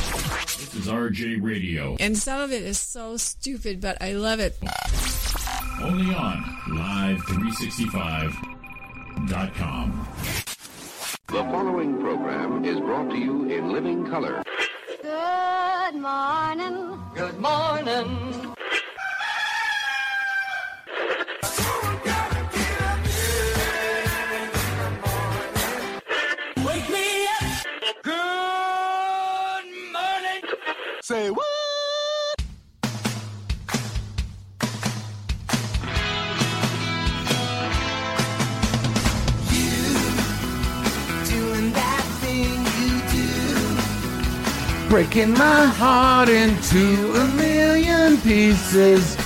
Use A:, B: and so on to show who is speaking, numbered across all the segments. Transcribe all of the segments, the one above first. A: This is RJ Radio,
B: And some of it is so stupid, but I love it.
A: only on Live365.com.
C: The following program is brought to you in living color.
D: Good morning. Good morning.
E: doing that thing you do.
F: Breaking my heart into a million pieces.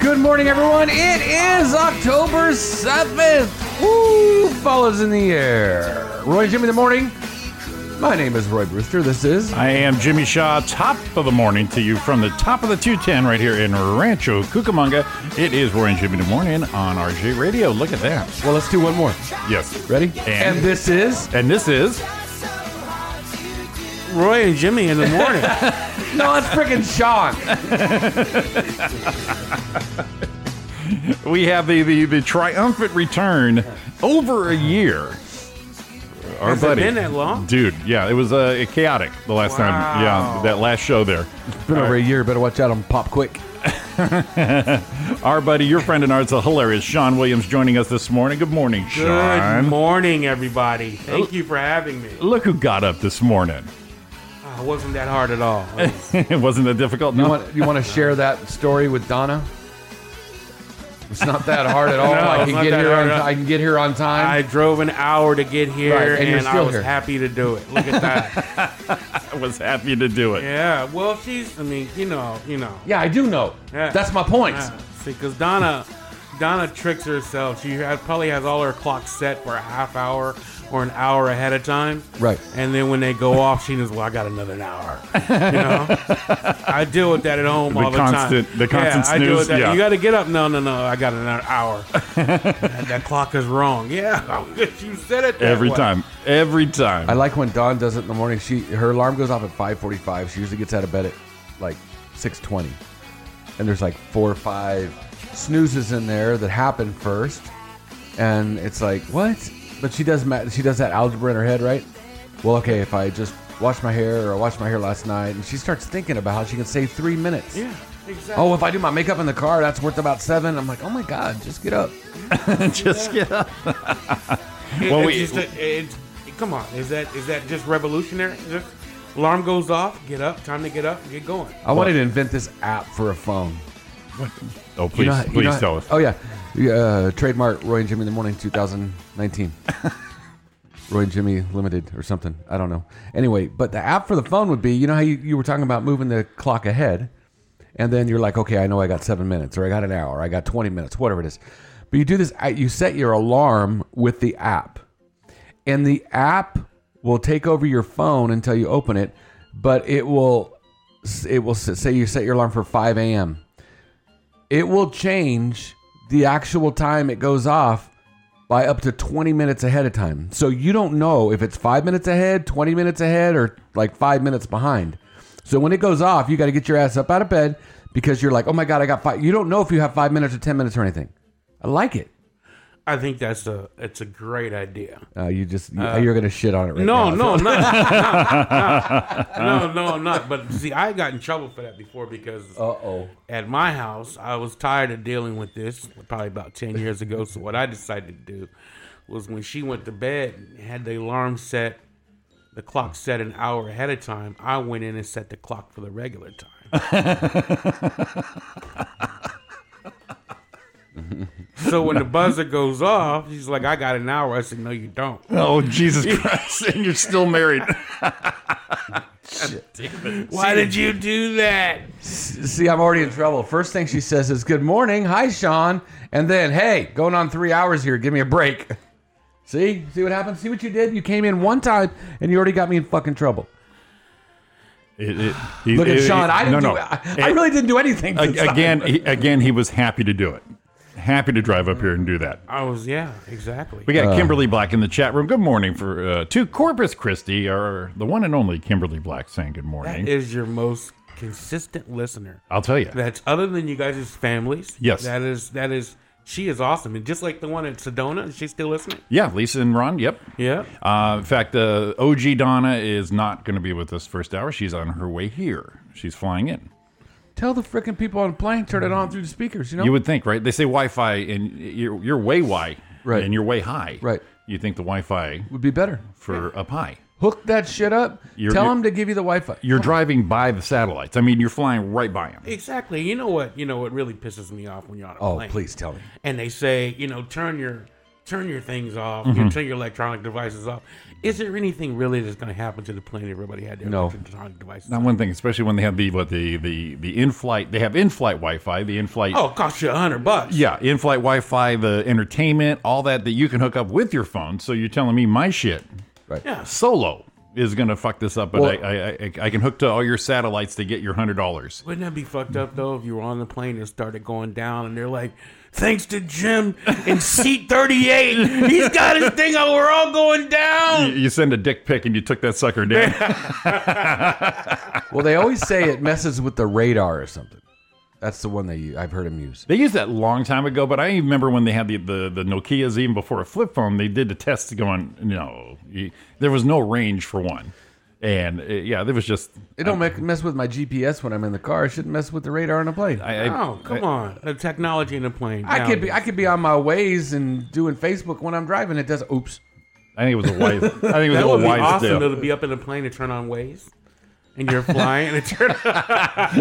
F: Good morning, everyone. It is October 7th. Woo! Fall is in the air. Roy and Jimmy in the morning. My name is Roy Brewster. This is.
G: I am Jimmy Shaw, top of the morning to you from the top of the 210 right here in Rancho Cucamonga. It is Roy and Jimmy in the morning on RJ Radio. Look at that.
F: Well, let's do one more.
G: Yes.
F: Ready?
G: And-
F: this is.
G: And this is
H: Roy and Jimmy in the morning.
F: No, it's freaking Sean.
G: we have the the, the triumphant return over a year. Our
H: Has it
G: buddy,
H: been that long?
G: dude. Yeah, it was uh, chaotic the last time. Yeah, that last show there.
F: Been over a year. Better watch out on Pop Quick.
G: Our buddy, your friend and ours, the hilarious Sean Williams, joining us this morning. Good morning, Sean.
H: Good morning, everybody. Thank you for having me.
G: Look who got up this morning.
H: Ah, it wasn't that hard at all.
G: it wasn't that difficult.
F: You
G: No.
F: want you want to share that story with Donna? It's not that hard at all.
H: No,
F: I
H: it's
F: can
H: not
F: get
H: that
F: here.
H: hard
F: On,
H: at all.
F: I can get here on time.
H: I drove an hour to get here,
F: Right, and
H: and,
F: you're
H: I
F: still
H: was
F: here.
H: happy to do it. Look at that.
G: I was happy to do it.
H: yeah. Well, she's. I mean, you know, you know.
F: Yeah, I do know.
H: Yeah.
F: That's my point.
H: Yeah. Ah, See, because Donna, Donna tricks herself. She has, probably has all her clocks set for a half hour or an hour ahead of time.
F: Right.
H: And then when they go off, she knows, well, I got another hour. You know, I deal with that at home
G: The
H: all the
G: constant-
H: time.
G: the constant
H: yeah, I deal
G: snooze,
H: with that.
G: yeah.
H: You got to get up. No, no, no. I got another hour. that, that clock is wrong. Yeah, you said it that
G: Every
H: way.
G: time. Every time.
F: I like when Dawn does it in the morning. She her alarm goes off at five forty five. She usually gets out of bed at like six twenty, and there's like four or five snoozes in there that happen first, and it's like what? But she does ma- she does that algebra in her head, right? Well, okay, if I just wash my hair or I washed my hair last night, and she starts thinking about how she can save three minutes.
H: Yeah, exactly.
F: Oh, if I do my makeup in the car, that's worth about seven. I'm like, oh my god, just get up.
G: just get up.
H: It-
G: Well,
H: it's
G: we-
H: just a- it's- come on. Is that is that just revolutionary? Just alarm goes off. Get up. Time to get up. and Get going.
F: I wanted to invent this app for a phone.
G: Oh,
F: You
G: please,
F: know how- you
G: please
F: know how-
G: tell us.
F: Oh yeah, You, uh, trademark Roy and Jimmy in the morning, 2019. Roy and Jimmy Limited or something. I don't know. Anyway, but the app for the phone would be, you know how you, you were talking about moving the clock ahead, and then you're like, okay, I know I got seven minutes, or I got an hour, or I got 20 minutes, whatever it is. But you do this, uh, you set your alarm with the app, and the app will take over your phone until you open it, but it will, it will s- say you set your alarm for 5 a.m it will change the actual time it goes off by up to 20 minutes ahead of time. So you don't know if it's five minutes ahead, 20 minutes ahead, or like five minutes behind. So when it goes off, you got to get your ass up out of bed because you're like, oh my God, I got five. You don't know if you have five minutes or 10 minutes or anything. I like it.
H: I think that's a it's a great idea.
F: Uh, you just, you, you're going to shit on it right
H: No,
F: now.
H: no, I'm not. no, no, I'm not. But see, I got in trouble for that before because
F: Uh oh.
H: at my house, I was tired of dealing with this probably about 10 years ago. So, what I decided to do was when she went to bed, had the alarm set, the clock set an hour ahead of time, I went in and set the clock for the regular time. so, when the buzzer goes off, she's like, I got an hour. I said, No, you don't.
G: Oh, Jesus Christ. and you're still married.
H: Why did you do that?
F: See, I'm already in trouble. First thing she says is, good morning. Hi, Sean. And then, hey, going on three hours here. Give me a break. See? See what happened? See what you did? You came in one time and you already got me in fucking trouble.
G: It- it- he-
F: Look at
G: it-
F: Sean. I didn't
G: no,
F: do
G: no.
F: I, I really didn't do anything.
G: A-
F: this time.
G: Again, he, again, he was happy to do it. Happy to drive up here and do that.
H: I was, yeah, exactly.
G: We
F: Uh.
G: got Kimberly Black in the chat room. Good morning for uh, to Corpus Christi, or the one and only Kimberly Black saying good
H: That
G: morning.
H: is your most consistent listener.
G: I'll tell you.
H: That's other than you guys' families.
G: Yes.
H: That is, that is, she is awesome. And just like the one at Sedona, she's still listening.
G: Yeah, Lisa and Ron. Yep.
H: Yeah.
G: Uh, in fact, uh, OG Donna is not going to be with us first hour. She's on her way here. She's flying in.
F: Tell the freaking people on the plane turn it on through the speakers. You know,
G: You would think, right? They say Wi-Fi, and you're, you're way wide,
F: Right.
G: And you're way high,
F: Right.
G: You think the Wi-Fi
F: would be better.
G: for up high?
F: Hook that shit up.
G: You're-
F: Tell
G: you're-
F: them to give you the Wi-Fi.
G: You're driving by the satellites. I mean, you're flying right by them.
H: Exactly. You know what? You know what really pisses me off when you're on a
F: oh,
H: plane.
F: please tell me.
H: and they say, you know, turn your turn your things off, you turn your electronic devices off. Is there anything really that's going to happen to the plane? if Everybody had their
F: No.
H: electronic devices.
G: Not one thing, especially when they have the what the the the in-flight. They have in-flight Wi-Fi. The in-flight.
H: Oh, it cost you a hundred bucks.
G: Yeah, in-flight Wi-Fi, the entertainment, all that that you can hook up with your phone. So you're telling me my shit
H: Yes.
G: solo is going to fuck this up, but
F: Well-
G: I, I, I I can hook to all your satellites to get your hundred dollars.
H: Wouldn't that be fucked up though if you were on the plane and started going down and they're like, thanks to Jim in seat 38, he's got his thing on, we're all going
G: You,
H: down.
G: you send a dick pic and you took that sucker down.
F: Well, they always say it messes with the radar or something. That's the one they use. I've heard them use.
G: They used that long time ago, but I even remember when they had the, the, the Nokias, even before a flip phone, they did the test going, no, you- there was no range for one. And uh, yeah, there was just.
F: It don't make, mess with my GPS when I'm in the car. It shouldn't mess with the radar on a plane. I,
G: I, I,
H: Oh, come on. The technology in the plane.
F: could be I could be on my ways and doing Facebook when I'm driving. It does. Oops.
G: I think it was a wise. I think it was
H: That
G: a
H: would be
G: wise
H: awesome though
G: deal.
H: to be up in a plane and turn on Waze and you're flying and it turn
F: Well,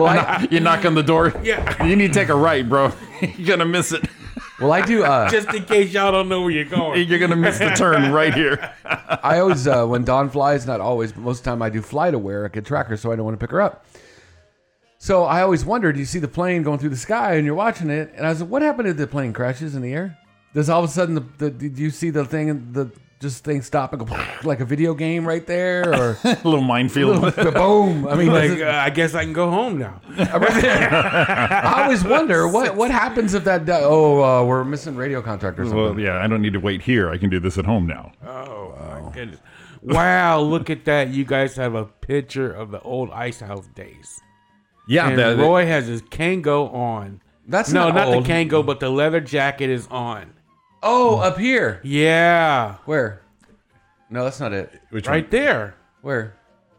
F: I,
G: You knock on the door.
H: Yeah.
G: You need to take a right, bro. You're gonna miss it.
F: well, I do. Uh,
H: just in case y'all don't know where you're going.
G: You're gonna miss the turn right here.
F: I always uh, when Dawn flies, not always, but most of the time I do fly to where I could track her, so I don't want to pick her up. So I always wondered. You see the plane going through the sky, and you're watching it, and I was like, "What happened if the plane crashes in the air? Does all of a sudden the, the did you see the thing the just thing stop and go like a video game right there, or
G: a little minefield.
F: the boom? I mean, does
H: Like,
F: it-
H: uh, I guess I can go home now.
F: I always wonder what what happens if that. di- Oh, uh, we're missing radio contract or something.
G: well, yeah. I don't need to wait here. I can do this at home now.
H: Oh, Goodness. Wow, look at that. You guys have a picture of the old Ice House days.
G: Yeah.
H: And
G: that-
H: Roy has his Kango on.
F: That's
H: no, not,
F: old.
H: the Kango, but the leather jacket is on.
F: Oh, up here.
H: Yeah.
F: Where? No, that's not it.
G: which
H: Right
G: one?
H: there.
F: Where?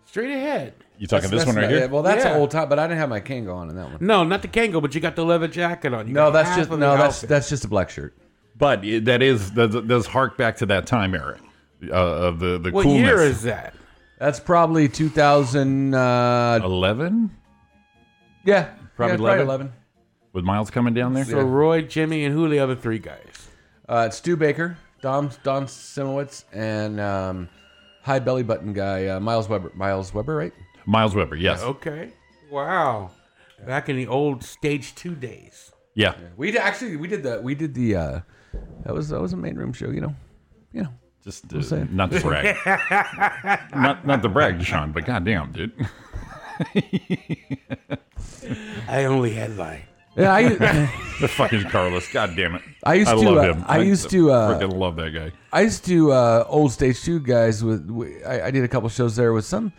H: Straight ahead.
G: You talking this
F: That's
G: one right
F: not
G: here?
F: it. Well, that's
H: Yeah.
F: an old time, but I didn't have my Kango on in that one.
H: No, not the Kango, but you got the leather jacket on. You
F: No,
H: got
F: that's
H: half
F: just
H: of
F: no,
H: the
F: that's
H: outfit.
F: that's just a black shirt.
G: But it, that is that does hark back to that time era uh, of the the
H: What
G: coolness.
H: year is that?
F: That's probably 2000. Uh,
G: Eleven
F: yeah,
G: probably
F: yeah,
G: 11?
F: 11.
G: with Miles coming down there.
H: So Roy, Jimmy, and who are the other three guys?
F: Uh, it's Stu Baker, Dom Don Simowitz, and um, high belly button guy uh, Miles Weber. Miles Weber, right?
G: Miles Weber, yes,
H: Okay. Wow. Back in the old stage two days.
G: yeah.
F: We did, actually we did the we did the uh, that was that was a main room show. You know, you know.
G: Just uh,
F: saying.
G: not to brag, not not to brag, Sean, but goddamn, dude.
H: I only headline.
F: Yeah, I
G: The fucking Carlos, goddamn it.
F: I used to,
G: love
F: uh,
G: him.
F: I used to, uh,
G: freaking love that guy.
F: I used to uh, old stage two guys with. w I I I, did a couple shows there with some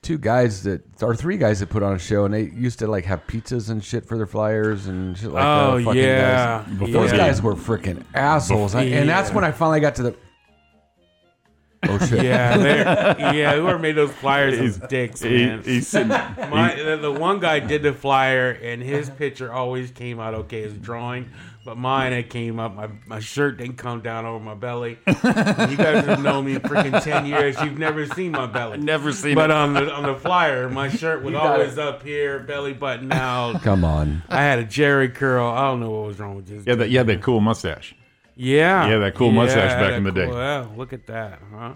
F: two guys that or three guys that put on a show, and they used to like have pizzas and shit for their flyers and shit like that.
H: Oh,
F: fucking
H: yeah.
F: guys.
G: Before
F: those
G: the-
F: guys were freaking assholes, I- and that's
H: Yeah.
F: when I finally got to the. Oh shit!
H: Yeah, they're- yeah. Whoever made those flyers is dicks, man.
G: He, he's sitting,
H: My, the, the one guy did the flyer, and his picture always came out okay as a drawing, but mine it came up. My my shirt didn't come down over my belly. you guys have known me freaking ten years. You've never seen my belly.
G: never seen.
H: But
G: it.
H: on the on the flyer, my shirt was
F: got
H: always
F: it.
H: up here, belly button out.
F: Come on,
H: I had a Jerry curl. I don't know what was wrong with this.
G: yeah, that yeah, that cool mustache.
H: Yeah.
G: Yeah, that cool mustache back
H: that
G: in the day.
H: cool- yeah, look at that, huh?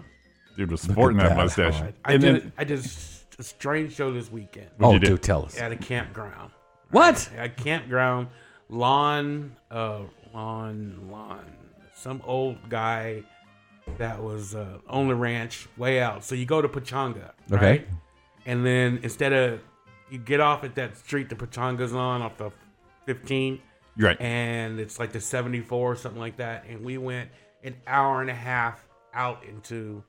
G: Dude was sporting that,
F: that.
G: mustache.
H: I
G: and
H: did,
G: then
H: I did a s- a strange show this weekend
F: oh
G: you do?
F: do tell us
H: at a campground.
F: what?
H: At a campground, lawn, uh, lawn, lawn. Some old guy that was uh, on the ranch way out. So you go to Pachanga,
F: Okay.
H: right? And then instead of you get off at that street the Pachanga's on off the 15,
G: You're right.
H: and it's like the 74 or something like that. And we went an hour and a half out into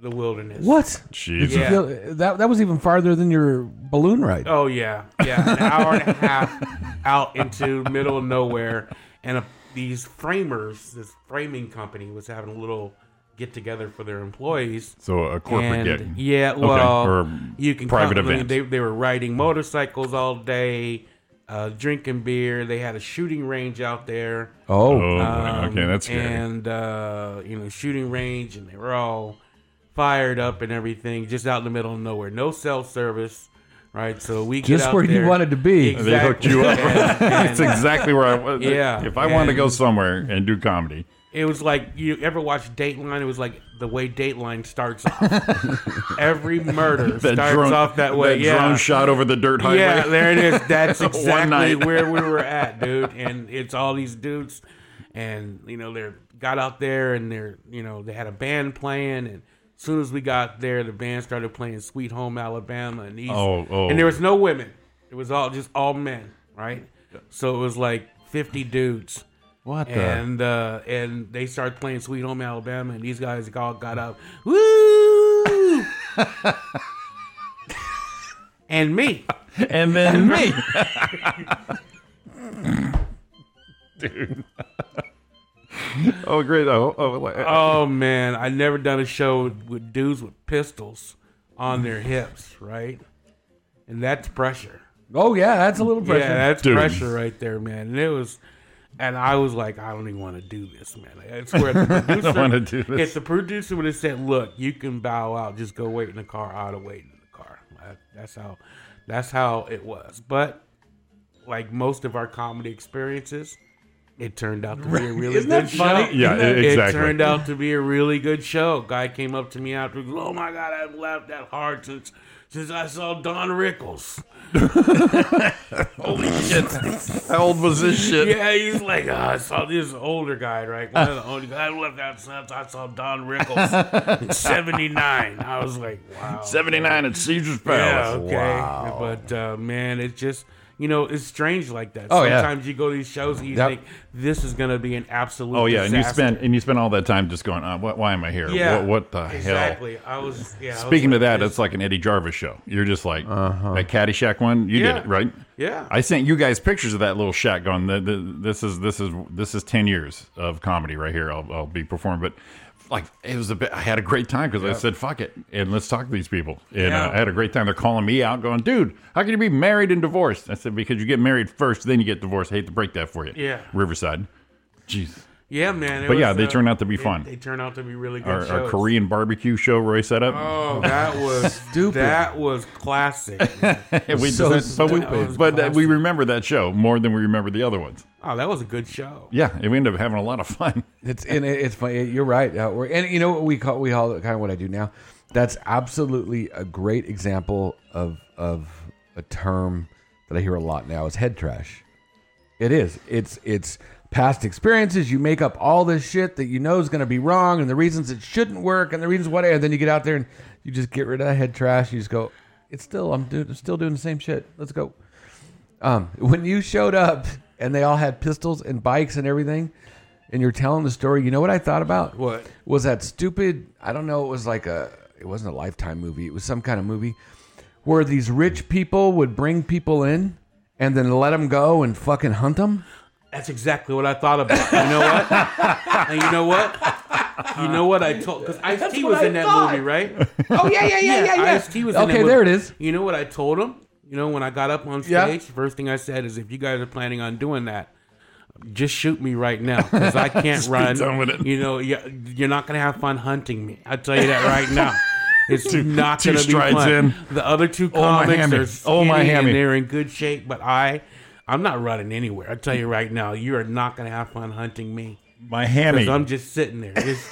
H: the wilderness.
F: What?
G: Jesus.
H: Yeah.
F: Feel- That that was even farther than your balloon ride.
H: Oh yeah, yeah, an hour and a half out into middle of nowhere, and a, these framers, this framing company, was having a little get together for their employees.
G: So a corporate
H: And,
G: getting.
H: Yeah,
G: Okay,
H: well,
G: or
H: you can
G: private
H: come- I mean,
G: event.
H: They, they were riding motorcycles all day, uh, drinking beer. They had a shooting range out there.
F: Oh,
G: oh,
H: Um,
G: okay, that's scary.
H: And uh, you know, shooting range, and they were all fired up and everything, just out in the middle of nowhere, no cell service, right? So we get
F: Just
H: out
F: where you
H: there-
F: wanted to be.
G: they hooked you up. That's
H: And- and
G: exactly where I was.
H: Yeah,
G: If I wanted to go
H: and-
G: somewhere and do comedy,
H: It was like you ever watch Dateline? It was like the way Dateline starts off. Every murder
G: that
H: starts
G: drone
H: off that way. yeah,
G: drone shot over the dirt highway.
H: Yeah, there it is. That's
G: One
H: exactly
G: night.
H: where we were at, dude. And it's all these dudes, and you know they're got out there and they're you know they had a band playing, and as soon as we got there, the band started playing "Sweet Home Alabama" and these,
G: Oh, oh.
H: and there was no women. It was all just all men, right? So it was like fifty dudes.
F: what the?
H: And uh, and they started playing "Sweet Home Alabama," and these guys all got up, woo, and me.
G: and then me. Dude. oh great! Oh, oh, like-
H: Oh man, I never done a show with dudes with pistols on their hips, right? And that's pressure.
F: oh yeah, that's a little pressure.
H: Yeah, that's
G: Dude.
H: pressure right there, man. And it was, and I was like, I don't even want to do this, man. I swear, if the producer,
G: wanna do this.
H: If the producer would have said, "Look, you can bow out, just go wait in the car," I'd have waited in the car. That- That's how, that's how it was. But like most of our comedy experiences. It turned out to be a really
F: Isn't
H: good
F: that funny?
H: show.
G: Yeah, e-,
H: it,
G: exactly.
H: turned out to be a really good show. Guy came up to me after, oh my god, I haven't laughed that hard since since I saw Don Rickles.
G: holy shit! How old was this shit?
H: Yeah, he's like, "Ah, I saw this older guy, right? One of the older guys. I left outside. I saw Don Rickles in 79. I was like, wow.
G: Seventy nine at Caesar's
H: Yeah,
G: Palace.
H: okay. But, uh, man, it just, you know, it's strange like that.
F: Oh, yeah.
H: Sometimes you go to these shows and you
F: Yep.
H: think, this is going to be an absolute
G: Oh yeah, and you
H: disaster."
G: spent and you spent all that time just going, uh, what, why am I here?
H: Yeah,
G: What, what the hell?
H: exactly. I was, yeah. I was
G: Speaking
H: like,
G: of that,
H: this- Uh-huh.
G: it's like an Eddie Jarvis show. You're just like that Caddyshack one. You
H: Yeah.
G: did it right.
H: Yeah.
G: I sent you guys pictures of that little shack. Going, the, the, this is this is this is ten years of comedy right here. I'll, I'll be performing, but like it was a bit. I had a great time because I said fuck it and let's talk to these people. And
H: Yeah.
G: uh, I had a great time. They're calling me out, going, dude, how can you be married and divorced? I said because you get married first, then you get divorced. I hate to break that for you.
H: Yeah.
G: Riverside. Jeez.
H: yeah, man. it
G: But yeah,
H: was,
G: they
H: uh,
G: turned out to be
H: they-
G: fun.
H: They turned out to be really good
G: Our, our
H: shows.
G: Korean barbecue show Roy set up.
H: Oh, that was
F: Stupid.
H: That was classic.
G: And we
F: So
G: just- but we,
H: stupid.
G: but uh, we remember that show more than we remember the other ones.
H: oh, that was a good show.
G: Yeah, and we ended up having a lot of fun.
F: It's and it- it's funny. You're right. Uh, we're, and you know what we call we call it kind of what I do now. That's absolutely a great example of of a term that I hear a lot now is head trash. It is. It's it's past experiences. You make up all this shit that you know is going to be wrong, and the reasons it shouldn't work, and the reasons why. And then you get out there and you just get rid of that head trash. You just go. It's still I'm doing still doing the same shit. Let's go. Um, when you showed up and they all had pistols and bikes and everything, and you're telling the story, you know what I thought about?
H: What?
F: was that stupid? I don't know. It was like a. It wasn't a lifetime movie. It was some kind of movie where these rich people would bring people in and then let them go and fucking hunt them.
H: That's exactly what I thought about. You know what? and you know what? You know what I told? Because Ice T was in that movie, right?
F: Oh yeah, yeah, yeah, yeah,
H: Ice T was in that
F: Okay,
H: movie.
F: there it is.
H: You know what I told him? You know when I got up on stage,
F: Yeah.
H: first thing I said is, if you guys are planning on doing that. Just shoot me right now because I can't
G: Just be
H: run.
G: done with it.
H: You know, you- you're not gonna have fun hunting me. I tell you that right now. It's not
G: two
H: gonna be
G: strides
H: fun.
G: in.
H: The other two
G: Oh, my
H: comics
G: hammy.
H: are
G: Oh,
H: skinny
G: my hammy.
H: and they're in good shape, but I, I'm not running anywhere. I tell you right now, you are not gonna have fun hunting me.
G: My
H: Because
G: hammy.
H: I'm just sitting there, just,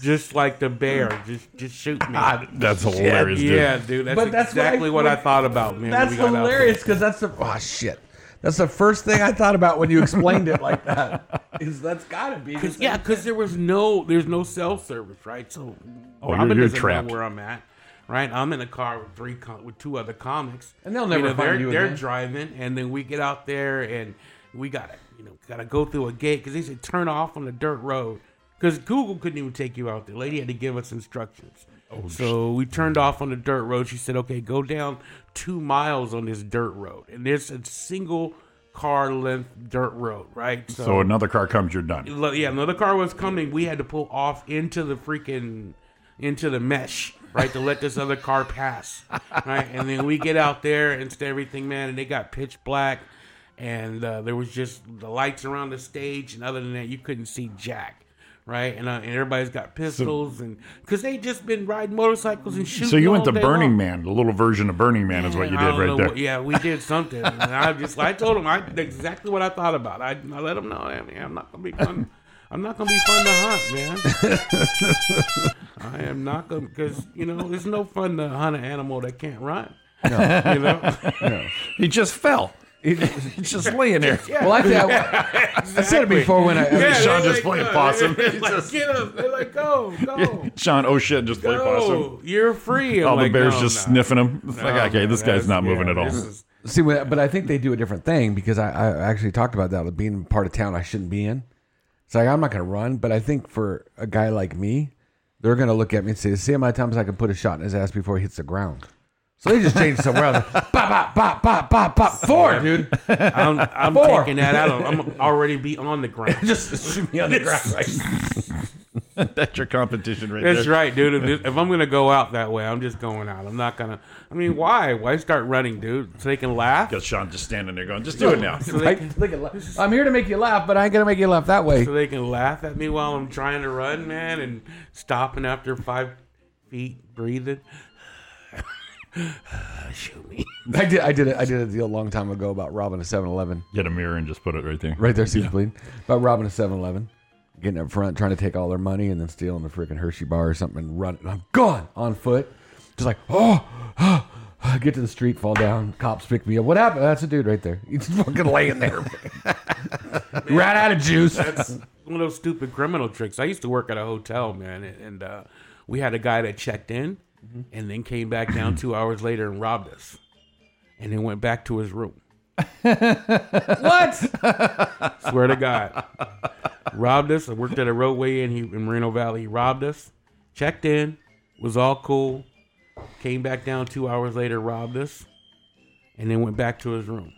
H: just like the bear, just just shoot me.
G: That's hilarious, dude.
H: yeah, dude. That's,
F: But that's what I-
H: exactly what I, thought about, man. when
F: That's
H: we got out there.
F: hilarious because that's the oh shit. That's the first thing I thought about when you explained it like that. Is that's gotta be
H: Cause, yeah, because there was no, there's no cell service, right? So
G: Oh,
H: Robin
G: you're- you're
H: doesn't
G: trapped.
H: know where I'm at, right? I'm in a car with three com- with two other comics,
F: And they'll never
H: you know,
F: find
H: they're,
F: you
H: They're
F: again.
H: driving, and then we get out there, and we gotta you know gotta go through a gate because they said turn off on the dirt road because Google couldn't even take you out there. Lady had to give us instructions.
G: Oh,
H: So we turned off on the dirt road. She said, "Okay, go down two miles on this dirt road, and there's a single car length dirt road, right?"
G: So another car comes, you're done.
H: Lo- yeah, another car was coming. We had to pull off into the freaking into the mesh, right, to let this other car pass, right? And then we get out there and st- everything, man, and it got pitch black, and uh, there was just the lights around the stage, and other than that, you couldn't see jack. Right, and, uh, and everybody's got pistols, and because they just been riding motorcycles and shooting.
G: So you went to
H: all day
G: Burning
H: long.
G: Man, the little version of Burning Man is what you
H: I
G: did
H: don't know
G: right there.
H: what- yeah, we did something. and I just, I told him I, exactly what I thought about. I, I let him know. I mean, I'm not gonna be fun. I'm not gonna be fun to hunt, man. I am not gonna, because you know, it's no fun to hunt an animal that can't run. You know,
G: He just fell. He's just laying there.
F: Well, I think I, I said it before when I.
H: Yeah,
G: Sean
H: they're
G: just playing
H: uh,
G: possum.
H: they're Like, get up. They're like, go, go,
G: Sean, oh shit, just play possum.
H: go. You're free. I'm
G: All
H: like,
G: the bears
H: no,
G: just
H: no.
G: sniffing him. It's
H: No,
G: like, okay, this
H: man,
G: guy's not
H: that's-
G: moving
H: yeah,
G: at all.
H: this is-
F: See, but but I think they do a different thing because I, I actually talked about that with being a part of town I shouldn't be in. It's like I'm not going to run, but I think for a guy like me, they're going to look at me and say, "See how many times I can put a shot in his ass before he hits the ground." So they just changed somewhere else. Bop bop bop bop bop bop four, dude.
H: I'm, I'm
F: Four.
H: taking that out. of- I'm already be on the ground.
F: Just shoot me on the ground.
G: That's your competition right
H: That's
G: there.
H: right, dude. If, if I'm gonna go out that way, I'm just going out. I'm not gonna. I mean, why? Why start running, dude? So they can laugh.
G: Got Sean just standing there going, just do it now.
H: So they,
F: Right?
H: can,
F: Look at la- I'm here to make you laugh, but I ain't gonna make you laugh that way.
H: so they can laugh at me while I'm trying to run, man, and stopping after five feet, breathing. Shoot me.
F: I did. I did. A, I did a deal a long time ago about robbing a 7-Eleven.
G: Get a mirror and just put it right there.
F: Right there, see the bleeding. About robbing a 7-Eleven, getting up front, trying to take all their money, and then stealing the freaking Hershey bar or something, and running. I'm gone on foot, just like oh. Get to the street, fall down. Cops pick me up. What happened? That's a dude right there. He's fucking laying there. Ran out of juice.
H: one of those stupid criminal tricks. I used to work at a hotel, man, and, and uh, we had a guy that checked in and then came back down two hours later and robbed us, and then went back to his room.
F: what?
H: Swear to God. robbed us. I worked at a roadway in, he, in Moreno Valley. He robbed us. Checked in. Was all cool. Came back down two hours later, robbed us, and then went back to his room.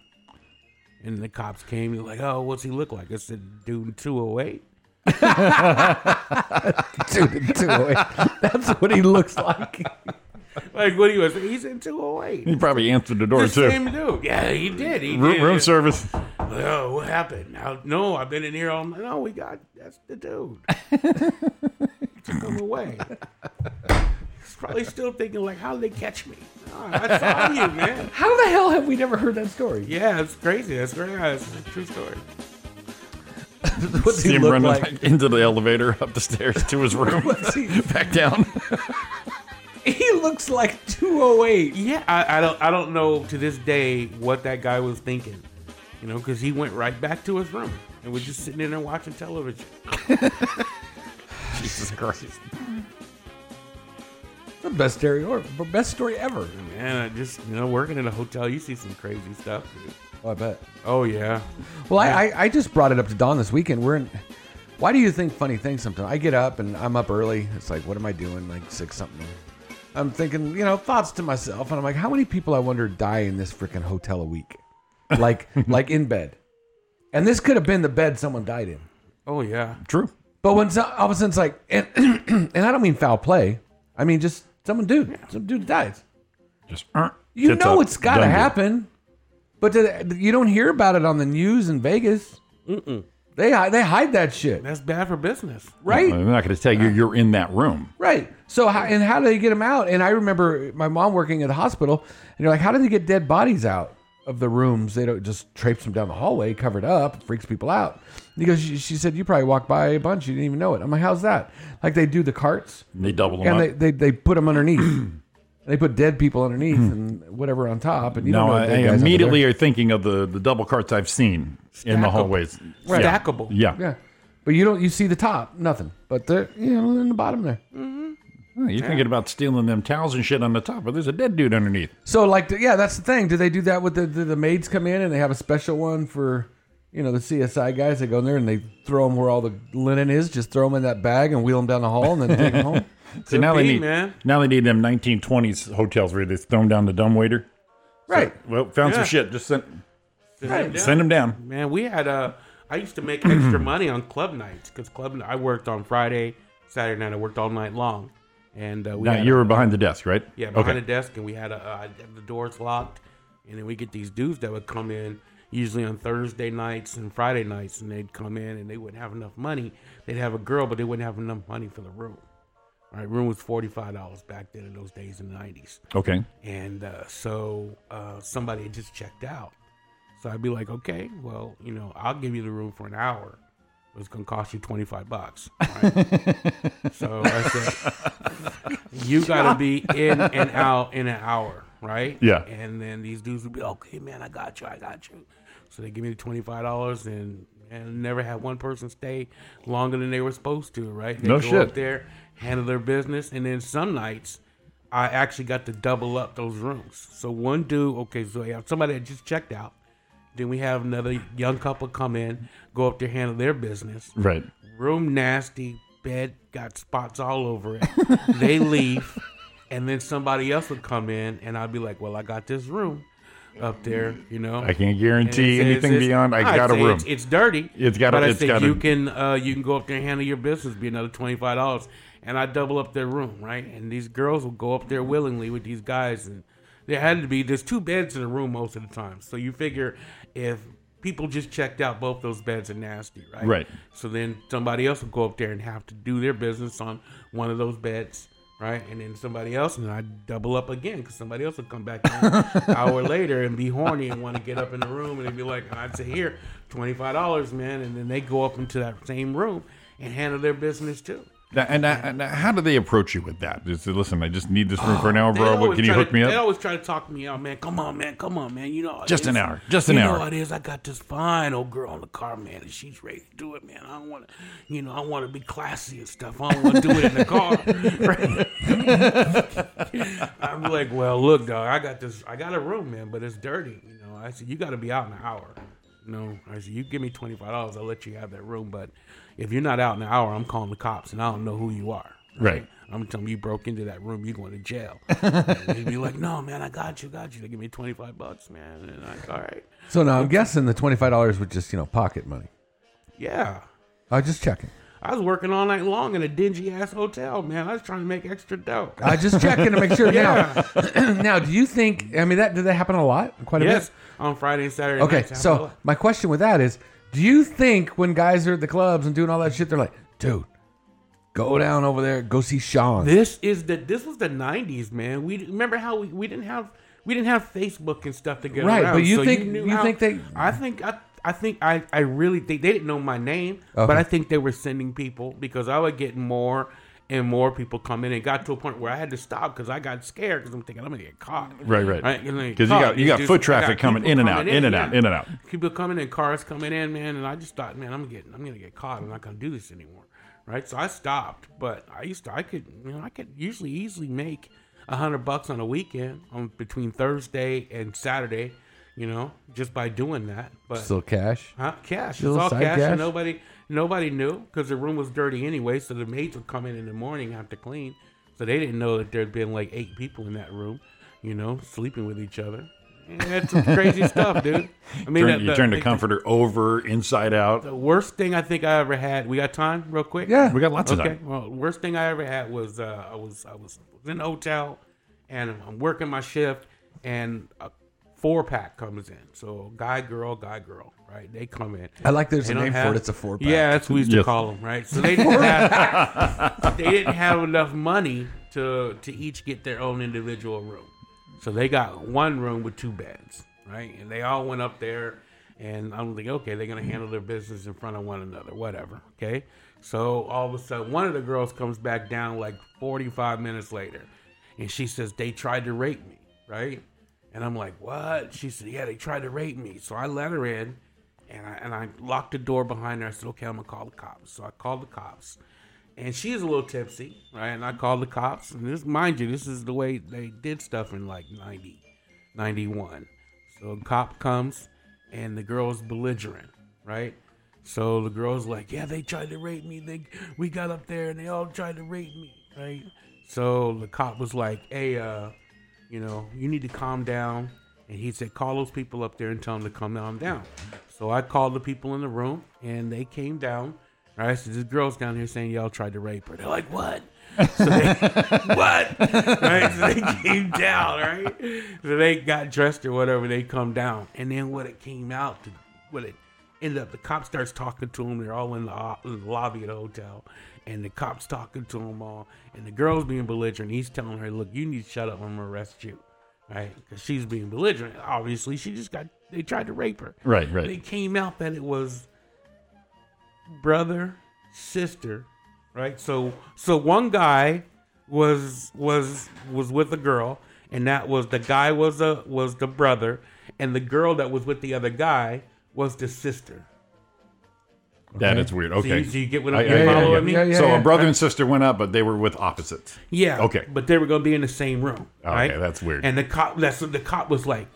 H: And the cops came. They're like, oh, what's he look like? I said, dude oh in 208.
F: Dude, dude, wait. that's what he looks like.
H: Like, what he was? He's in 208.
G: He probably answered the door
H: The
G: too.
H: same dude. Yeah, he did. He
G: oh Room,
H: did.
G: room service.
H: Oh, what happened? I, no, I've been in here all night. No, we got that's the dude. Took him away. He's probably still thinking like, how did they catch me? Oh, I saw you, man.
F: How the hell have we never heard that story?
H: Yeah, it's crazy. That's right. That's a true story.
F: What's
G: See
F: he
G: him
F: look
G: running
F: like?
G: back into the elevator, up the stairs to his room,
F: What's he-
G: back down.
F: He looks like 208.
H: Yeah, I, I don't. I don't know to this day what that guy was thinking. You know, because he went right back to his room and was just sitting in there watching television.
G: Jesus Christ.
F: The best story, or best story ever.
H: Man, I just you know, working in a hotel, you see some crazy stuff. Dude.
F: Oh, I bet.
H: Oh yeah.
F: Well, I, I, I just brought it up to Don this weekend. We're in. Why do you think funny things sometimes? I get up and I'm up early. It's like, what am I doing? Like six something. I'm thinking, you know, thoughts to myself, and I'm like, how many people I wonder die in this freaking hotel a week, like like in bed, and this could have been the bed someone died in.
H: Oh yeah.
G: True.
F: But when so, all of a sudden it's like, and, and I don't mean foul play. I mean just someone dude, some dude dies.
G: Just
F: Uh, You know it's got to happen, but do- you don't hear about it on the news in Vegas. Mm-mm. They hi- they hide that shit,
H: That's bad for business.
F: right?
G: I'm not going to tell you you're in that room.
F: Right. So how, and how do they get them out? And I remember my mom working at a hospital, and you're like, how do they get dead bodies out of the rooms? They don't just traipse them down the hallway, covered up, freaks people out. Because she, she said you probably walked by a bunch, you didn't even know it. I'm like, how's that? Like they do the carts.
G: And they double them
F: and
G: up.
F: they, they, they put them underneath. And they put dead people underneath and whatever on top. And you
G: Hmm. no,
F: don't know
G: I,
F: what
G: I
F: dead guys under
G: immediately
F: there.
G: are thinking of the, the double carts I've seen in the
H: Stackable.
G: hallways.
H: Right.
G: Yeah.
H: Stackable.
G: Yeah.
F: yeah, but you don't. You see the top, nothing, but the you know in the bottom there.
G: Well, Oh, you're thinking about stealing them towels and shit on the top, but there's a dead dude underneath.
F: So like, yeah, that's the thing. Do they do that with the do the maids come in and they have a special one for you know the CSI guys? They go in there and they throw them where all the linen is. Just throw them in that bag and wheel them down the hall and then take them home.
G: See, now
H: be,
G: they need
H: man.
G: now they need them 1920s hotels where they throw them down the dumb waiter.
F: Right.
G: Well, found
H: Yeah.
G: some shit. Just send
H: Right.
G: send them down.
H: Man, we had Uh, I used to make extra money on club nights because club. I worked on Friday, Saturday night. I worked all night long, and uh, we.
G: Now
H: had
G: you
H: a-
G: were behind the desk, right?
H: Yeah, behind
G: okay.
H: the desk, and we had a, uh, the doors locked, and then we get these dudes that would come in usually on Thursday nights and Friday nights, and they'd come in and they wouldn't have enough money. They'd have a girl, but they wouldn't have enough money for the room. All right, room was forty five dollars back then in those days in the nineties,
G: Okay.
H: and uh, so uh, somebody had just checked out. So I'd be like, okay, well, you know, I'll give you the room for an hour. but It's gonna cost you twenty five bucks. all right? so I said, you gotta be in and out in an hour, right?
G: Yeah.
H: And then these dudes would be, okay, man, I got you, I got you. So they give me the twenty five dollars and and never had one person stay longer than they were supposed to, right? They
G: No
H: go
G: shit.
H: Up there, handle their business, and then some nights. I actually got to double up those rooms. So one dude, okay, so yeah, somebody had just checked out. Then we have another young couple come in, go up to handle their business.
G: Right.
H: Room nasty, bed got spots all over it. they leave, and then somebody else would come in, and I'd be like, "Well, I got this room up there, you know."
G: I can't
H: And
G: guarantee
H: it says
G: anything
H: it's-
G: beyond. I
H: I'd
G: got a
H: say
G: room.
H: It's, it's dirty.
G: It's gotta-
H: But I
G: it's
H: said
G: gotta-
H: you can uh, you can go up there and handle your business. Be another twenty five dollars, and I double up their room, right? And these girls will go up there willingly with these guys, and there had to be there's two beds in a room most of the time. So you figure if people just checked out, both those beds are nasty, right?
G: Right.
H: So then somebody else will go up there and have to do their business on one of those beds, right? And then somebody else, and I double up again because somebody else will come back an hour later and be horny and want to get up in the room and they'd be like, I'd say, here, $25, man. And then they go up into that same room and handle their business too.
G: Now- and, now- and now how do they approach you with that? Just, listen, I just need this room for an hour,
H: Oh, They
G: bro. But
H: always
G: can you
H: try
G: hook
H: to-
G: me
H: They
G: up?
H: always try to talk me out, man. Come on, man. Come on, man. You know, how it
G: Just an
H: is.
G: hour. Just an
H: You
G: hour.
H: know how it is. I got this fine old girl in the car, man, and she's ready to do it, man. I don't want to, you know, I want to be classy and stuff. I don't want to do it in the car. Right? I'm like, well, look, dog, I got this. I got a room, man, but it's dirty. You know, I said you got to be out in an hour. No, I said you give me twenty five dollars, I'll let you have that room. But if you're not out in an hour, I'm calling the cops, and I don't know who you are.
G: Right.
H: I'm telling you, you broke into that room, you're going to jail. and he'd be like, no, man, I got you, got you. They give me 25 bucks, man. And I'm like, all right.
F: So now I'm guessing the twenty five dollars was just you know pocket money.
H: Yeah.
F: I was just checking.
H: I was working all night long in a dingy ass hotel, man. I was trying to make extra dough.
F: I was just checking to make sure. Now, now, do you think? I mean, that did that happen a lot? Quite a
H: Yes,
F: bit.
H: on Friday and Saturday.
F: Okay,
H: nights, I have
F: so
H: a-
F: my question with that is, do you think when guys are at the clubs and doing all that shit, they're like, dude, go down over there, go see Sean.
H: this is the this was the '90s, man. We remember how we, we didn't have we didn't have Facebook and stuff to get
F: Right,
H: around.
F: but you
H: so
F: think-
H: you, knew
F: you
H: how-
F: think they-
H: I think I. I think I, I really think they didn't know my name, but
F: Okay.
H: I think they were sending people because I would get more and more people come in. It got to a point where I had to stop because I got scared because I'm thinking I'm gonna get caught.
G: Right, right.
H: I'm gonna get
G: 'Cause you
H: caught.
G: got- you
H: These
G: got
H: dudes-
G: foot
H: I
G: traffic coming
H: people
G: in and out, in and out, in and out.
H: people coming in, cars coming in, man, and I just thought, man, I'm getting, I'm gonna get caught. I'm not gonna do this anymore, right? So I stopped. But I used to, I could, you know, I could usually easily make a hundred bucks on a weekend on between Thursday and Saturday, you know, just by doing that. But
F: Still cash.
H: huh? cash,
F: Little
H: it's all
F: side
H: cash,
F: cash?
H: and nobody, nobody knew because the room was dirty anyway. So the maids would come in in the morning have to clean, so they didn't know that there'd been like eight people in that room, you know, sleeping with each other. And that's some crazy stuff, dude. I mean,
G: Turn-
H: that-
G: you
H: that-
G: turn the comforter over, inside out.
H: the worst thing I think I ever had. We got time, real quick.
F: Yeah.
G: We got lots of
H: Okay.
G: time.
H: Well, worst thing I ever had was uh, I was I was in a hotel, and I'm working my shift, and a four pack comes in. So guy, girl, guy, girl. Right? They come in.
F: I like there's
H: They
F: a
H: don't
F: name for
H: have-
F: it. It's a four pack.
H: Yeah, that's what we used to
G: Yes.
H: call them, right? So they didn't have they didn't have enough money to to each get their own individual room. So they got one room with two beds, right? And they all went up there, and I'm like, okay, they're gonna handle their business in front of one another, whatever. Okay. So all of a sudden, one of the girls comes back down like 45 minutes later, and she says they tried to rape me, right? And I'm like, what? She said, yeah, they tried to rape me. So I let her in, and I and I locked the door behind her. I said, okay, I'm gonna call the cops. So I called the cops, and she's a little tipsy, right? And I called the cops. And this, mind you, this is the way they did stuff in like 90, 91. So a cop comes and the girl's belligerent, right? So the girl's like, yeah, they tried to rape me. They, we got up there and they all tried to rape me, right? So the cop was like, hey, uh, you know, you need to calm down. And he said, call those people up there and tell them to calm down down. So I called the people in the room and they came down. All right, so this girl's down here saying y'all tried to rape her. They're like, what? So they, what? Right? So they came down, right? So they got dressed or whatever. They come down, and then what it came out to, what it ended up, the cop starts talking to them. They're all in the, o- in the lobby of the hotel, and the cops talking to them all, and the girl's being belligerent. He's telling her, "Look, you need to shut up. I'm gonna arrest you." Right, because she's being belligerent. Obviously, she just got they tried to rape her.
G: Right, right.
H: It came out that it was brother, sister, right? So so one guy was was was with a girl, and that was the guy was a was the brother, and the girl that was with the other guy was the sister.
G: That is weird. Okay.
H: you- so you get what I'm-
G: I-
H: you
G: I-
H: follow
G: yeah,
H: me?
G: yeah.
H: Yeah,
F: yeah,
G: so
F: yeah.
G: a brother and sister went up, but they were with opposites.
H: Yeah.
G: Okay.
H: But they were gonna be in the same room.
G: Okay,
H: right?
G: that's weird.
H: And the cop that's the cop was like,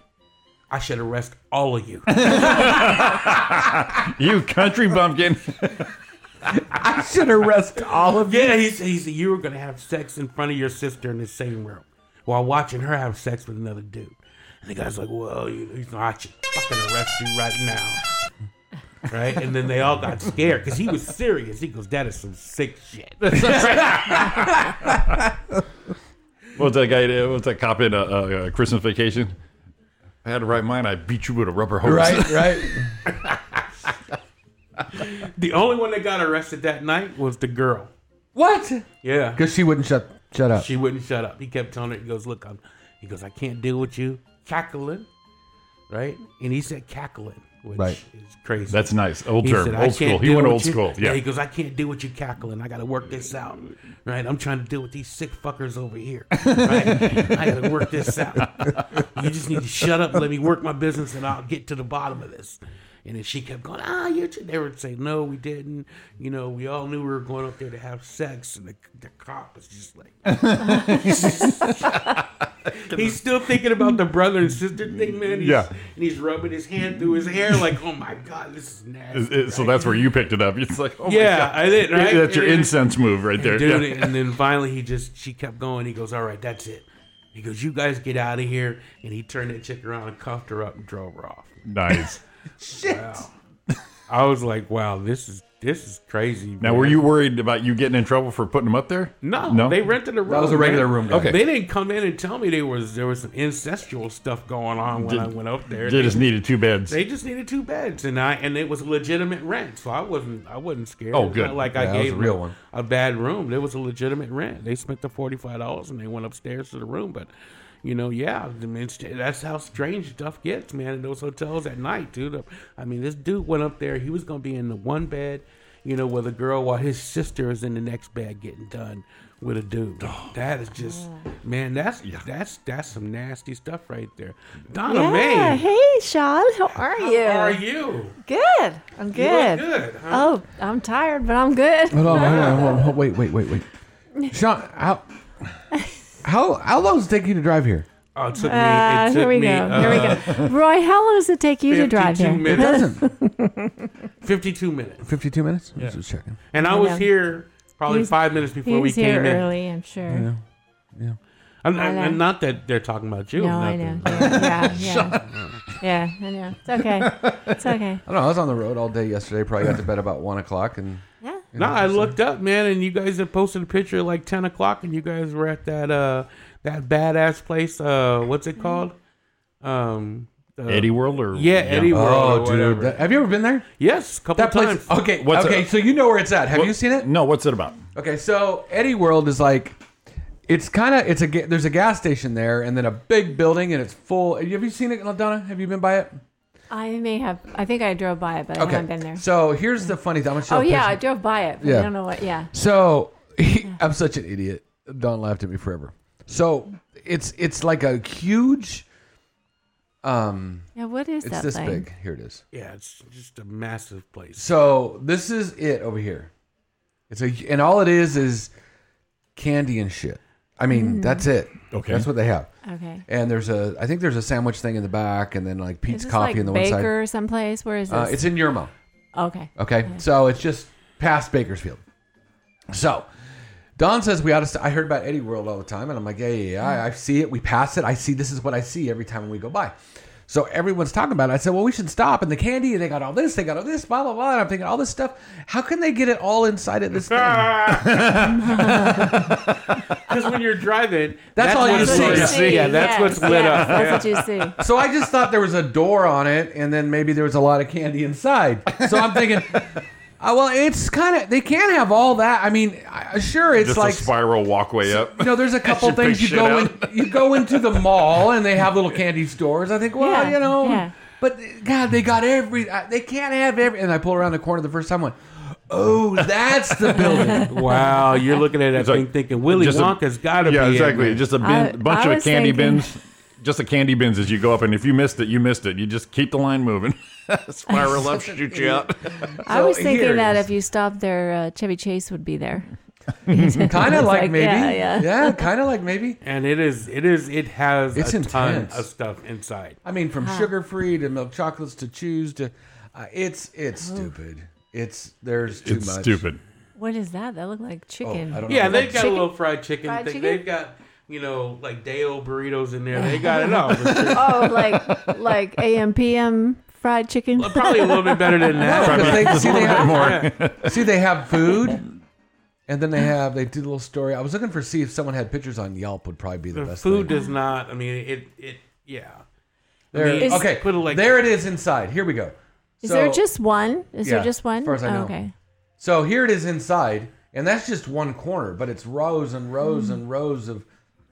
H: I should arrest all of you.
G: You country bumpkin.
F: I should arrest all of
H: Yeah, he said, he said you were going to have sex in front of your sister in the same room while watching her have sex with another dude. And the guy's like, well, you, he's not, I should fucking arrest you right now. Right? And then they all got scared because he was serious. He goes, that is some sick shit.
G: What was that guy? What was that cop in a, uh uh Christmas vacation? I had to write mine. I beat you with a rubber hose.
F: Right, right.
H: the only one that got arrested that night was the girl.
F: what?
H: Yeah.
F: Because she wouldn't shut shut up.
H: She wouldn't shut up. He kept telling her, he goes, look, I'm, he goes, I can't deal with you cackling. Right? And he said cackling, which
F: Right.
H: is crazy.
G: That's nice. Old
H: He
G: term.
H: said, "I
G: old
H: can't
G: school. He
H: deal
G: went
H: with
G: old
H: you."
G: school. Yeah.
H: He goes, I can't deal with you cackling. I got to work this out. Right. I'm trying to deal with these sick fuckers over here. Right. I got to work this out. You just need to shut up. Let me work my business and I'll get to the bottom of this. And then she kept going, ah, you're, too-" they would say, no, we didn't. You know, we all knew we were going up there to have sex. And the, the cop was just like, He's still thinking about the brother and sister thing, man. He's,
G: Yeah.
H: And he's rubbing his hand through his hair, like, oh my God, this is nasty.
G: Is- is- So that's where you picked it up. It's like, oh my
H: Yeah,
G: God.
H: I did, right?
G: That's your
H: And-
G: incense move right there.
H: And dude,
G: Yeah.
H: and then finally he just she kept going. He goes, All right, that's it. He goes, You guys get out of here. And he turned that chick around and cuffed her up and drove her off.
G: Nice.
H: I was like, Wow, this is this is crazy.
G: Now,
H: man."
G: were you worried about you getting in trouble for putting them up there?
H: No,
G: no.
H: they rented a room.
F: was a regular
H: man.
F: room, guys.
G: Okay.
H: They didn't come in and tell me there was there was some incestual stuff going on when I went up there.
G: They just needed two beds.
H: They just needed two beds, and I and it was legitimate rent, so I wasn't I wasn't scared.
G: Oh,
H: It's
G: good.
H: not like
F: Yeah,
H: I
F: that was
H: gave
F: a real
H: them
F: one.
H: a bad room. There was a legitimate rent. They spent the forty five dollars and they went upstairs to the room. But you know, yeah, I mean, it's- that's how strange stuff gets, man. In those hotels at night, dude. I mean, this dude went up there. He was gonna be in the one bed, you know, with a girl, while his sister is in the next bed getting done with a dude.
F: Oh.
H: that is just, man. That's that's that's some nasty stuff right there. Donna
I: Yeah.
H: Mae.
I: Hey, Sean. How are
H: How
I: you?
H: are you?
I: Good. I'm
H: You look
I: good.
H: good. huh?
I: Oh, I'm tired, but I'm good.
F: Hold on, hold on, hold on, hold- Wait, wait, wait, wait. Sean, how how how long does it take you to drive here?
H: Oh, it took me. It
I: Uh,
H: took
I: here we
H: me,
I: go.
H: uh,
I: here we go. Roy, how long does it take you to drive
H: 52
I: here?
H: minutes. 52 minutes.
F: Fifty-two minutes. Just checking.
H: And I
I: I
H: was
I: know.
H: here probably
I: He was-
H: five minutes before
I: He was
H: we
I: here
H: came in.
I: early, I'm sure.
F: Yeah.
H: And,
I: I
H: and-
I: know.
H: and not that they're talking about you.
I: No, I know.
H: nothing.
I: Yeah, yeah, yeah. yeah, I know. It's okay. It's okay.
F: I don't know. I was on the road all day yesterday. Probably got to bed about one o'clock, and
I: Yeah.
H: No, I looked up, man, and you guys had posted a picture at like 10 o'clock, and you guys were at that uh that badass place. Uh, what's it called? Um, uh,
G: Eddie World or
H: Yeah, Eddie World.
F: oh,
H: or
F: dude,
H: whatever.
F: that- have you ever been there?
H: yes, a couple
F: That place.
H: times.
F: Okay,
G: What's
F: okay.
G: it-
F: So you know where it's at. Have
G: What-
F: you seen it?
G: No. What's it about?
F: Okay, so Eddie World is like, it's kind of it's a ga- there's a gas station there, and then a big building, and it's full. Have you seen it, Donna? Have you been by it?
I: I may have. I think I drove by it, but I haven't been there.
F: So here's the funny thing. I'm gonna show
I: oh
F: a
I: yeah, I
F: picture.
I: drove by it. But
F: Yeah.
I: I don't know what. Yeah.
F: So he, I'm such an idiot. Don laughed at me forever. So it's it's like a huge. Um,
I: Yeah. What is
F: it's
I: that
F: this
I: thing?
F: big. Here it is.
H: Yeah, it's just a massive place.
F: So this is it over here. It's a and all it is is candy and shit. I mean,
I: Mm-hmm.
F: that's it.
G: Okay.
F: that's what they have.
I: Okay.
F: And there's a, I think there's a sandwich thing in the back, and then like
I: is
F: Pete's
I: this
F: coffee
I: like
F: in the one side.
I: Baker someplace? Where is this?
F: Uh, it's in Yermo.
I: okay.
F: Okay, so it's just past Bakersfield. So Don says we ought to. St- I heard about Eddie World all the time, and I'm like, yeah, yeah, yeah. I, I see it. We pass it. I see. This is what I see every time we go by. So everyone's talking about it. I said, well, we should stop. And the candy, they got all this, they got all this, blah blah blah. And I'm thinking all this stuff. How can they get it all inside of this thing?
H: Because Ah! when you're driving,
F: That's all you
H: what's
F: see.
H: lit
F: You
H: up.
F: see,
H: Yeah, that's
I: yes,
H: what's lit
I: yes,
H: up.
I: That's what you see.
F: So I just thought there was a door on it, and then maybe there was a lot of candy inside. So I'm thinking, uh, well, it's kind of they can't have all that. I mean, I, sure, it's
G: Just
F: like
G: a spiral walkway up.
F: you know, there's a couple
G: you pick
F: things you
G: shit
F: go
G: out.
F: in. You go into the mall and they have little candy stores. I think, well,
I: Yeah,
F: you know,
I: yeah.
F: but God, they got every. I- They can't have every. And I pull around the corner the first time. Went, oh, that's the building.
H: Wow, you're looking at that
G: It's like-
H: thing thinking Willy
G: just a-
H: Wonka's got to
G: yeah,
H: be
G: exactly.
H: in there.
G: Just a bin,
I: I-
G: bunch
I: I
G: of
I: was
G: candy
I: thinking-
G: bins. Just the candy bins as you go up, and if you missed it, you missed it. You just keep the line moving. Spiral up, shoot you out.
I: I was
F: here
I: thinking
F: it
I: that
F: is.
I: if you stopped there, uh, Chevy Chase would be there.
F: kind of like,
I: like,
F: maybe.
I: yeah, yeah.
F: kind of like maybe.
H: and it is, it is, it has
F: It's
H: a
F: intense.
H: ton of stuff inside.
F: I mean, from sugar free to milk chocolates to choose to, uh, it's it's stupid. It's there's too
G: it's
F: much.
G: stupid.
I: What is that? That looked like
F: Oh,
I: chicken.
F: I don't
H: Yeah,
F: know.
H: they've got a little fried chicken
I: Fried
H: thing.
I: chicken?
H: They've got you know like day old burritos in there. They got it all.
I: oh, like like AM PM fried chicken.
H: Probably a little bit better than that.
F: No, 'cause they, see, they have,
G: More.
F: see, they have food, and then they have they do a little story. I was looking for see if someone had pictures on Yelp would probably be the,
H: The
F: best.
H: food
F: thing.
H: does not. I mean, it it yeah.
F: There,
H: Is-
F: okay,
H: put it like-
F: there it is inside. Here we go.
I: Is
F: so,
I: there just one? Is
F: Yeah,
I: there just one?
F: as far as I
I: Oh,
F: know.
I: okay.
F: so here it is inside, and that's just one corner, but it's rows and rows
I: Hmm.
F: and rows of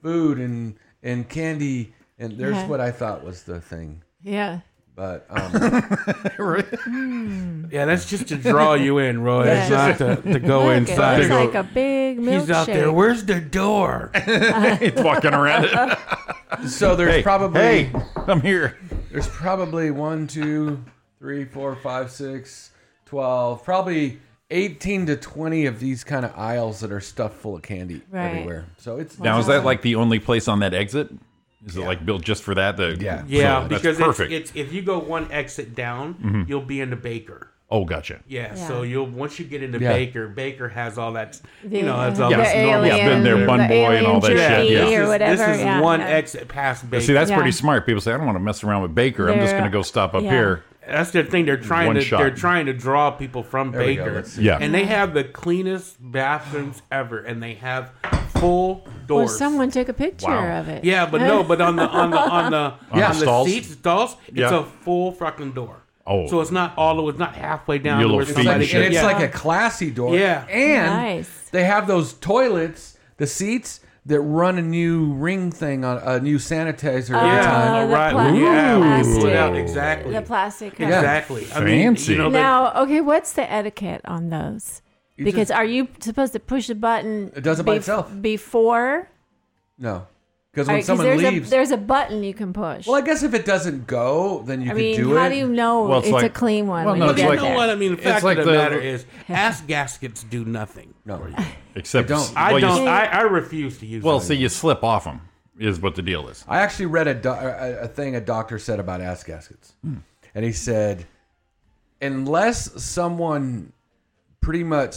F: food and and candy, and there's
I: Okay.
F: what I thought was the thing.
I: Yeah.
F: But um,
H: Yeah, that's just to draw you in, Roy.
I: Yeah.
H: That's not to, to go
I: Look,
H: inside.
I: It looks like a big milkshake.
H: He's out there. Where's the door?
G: it's walking around it.
F: so there's
G: Hey,
F: probably
G: hey, I'm here.
F: There's probably one, two, three, four, five, six, twelve, probably eighteen to twenty of these kind of aisles that are stuffed full of candy
I: Right.
F: everywhere. So it's
G: Now is that like the only place on that exit? Is it like built just for that? The,
F: Yeah.
H: Yeah,
G: Cool, that's
H: because it's,
G: perfect. Mm-hmm.
H: it's if you go one exit down, you'll be in the baker.
G: oh, gotcha.
H: Yeah,
I: Yeah.
H: so you'll once you get into
F: Yeah.
H: baker, baker has all that.
I: The-
H: You know, that's all
G: Yeah.
H: that's
I: the
H: normal.
I: alien,
G: Yeah, been there, bun
I: the
G: boy and
I: alien
G: all that shit,
I: jerky
G: yeah.
H: This
I: Or
H: is-
I: whatever.
H: This is
I: yeah,
H: one
I: yeah.
H: exit past baker.
G: See, that's
I: Yeah.
G: pretty smart. People say I don't want to mess around with Baker. I'm just
I: They're-
G: going to go stop up
I: yeah.
G: here.
H: That's their thing. They're trying
G: One
H: to
G: shot.
H: they're trying to draw people from
F: we go.
H: Baker.
F: Let's see.
G: Yeah.
H: And they have the cleanest bathrooms ever and they have full
I: Well,
H: doors.
I: someone took a picture
G: Wow.
I: of it.
H: yeah, but no, but on the on the on the
G: the
H: on the
G: stalls?
H: seats stalls, it's
G: Yeah.
H: a full fucking door.
G: Oh.
H: So it's not all the way it's not halfway down
G: Your
H: to where
G: little feet
F: Like,
H: somebody
G: and
F: and
G: shit.
F: it's
H: yeah.
F: like a classy door.
H: Yeah.
F: And
I: Nice.
F: they have those toilets, the seats that run a new ring thing on a new sanitizer every
H: yeah,
F: time.
I: Uh, the
H: right.
I: pla-
H: yeah,
I: Ooh.
H: we pulled out,
G: plastic.
H: exactly.
I: The plastic. cup.
H: Exactly. I mean,
G: Fancy.
H: You know, they-
I: Now, okay, what's the etiquette on those? Because are you supposed to push the button?
F: It does it by itself.
I: Before,
F: No. Because when
I: Alright, 'cause
F: someone
I: there's
F: leaves.
I: a there's a button you can push.
F: well, I guess if it doesn't go, then you
I: I
F: could
I: mean,
F: do
I: how
F: it.
I: do you know
G: Well, it's
I: it's,
G: like-
I: a clean one?
G: well,
I: when
G: no,
I: you
G: it's
I: get
H: you
G: like-
H: know
I: there?
H: what I mean. The
G: It's
H: fact
G: like
H: of the,
G: the-
H: matter is, ass gaskets do nothing.
F: no.
G: Except
F: I don't.
G: well,
H: I
G: you-
H: don't. I, I refuse to use.
G: Well,
H: them.
G: see, you slip off them is what the deal is.
F: I actually read a, do- a, a thing a doctor said about ass gaskets,
G: Hmm.
F: and he said, unless someone pretty much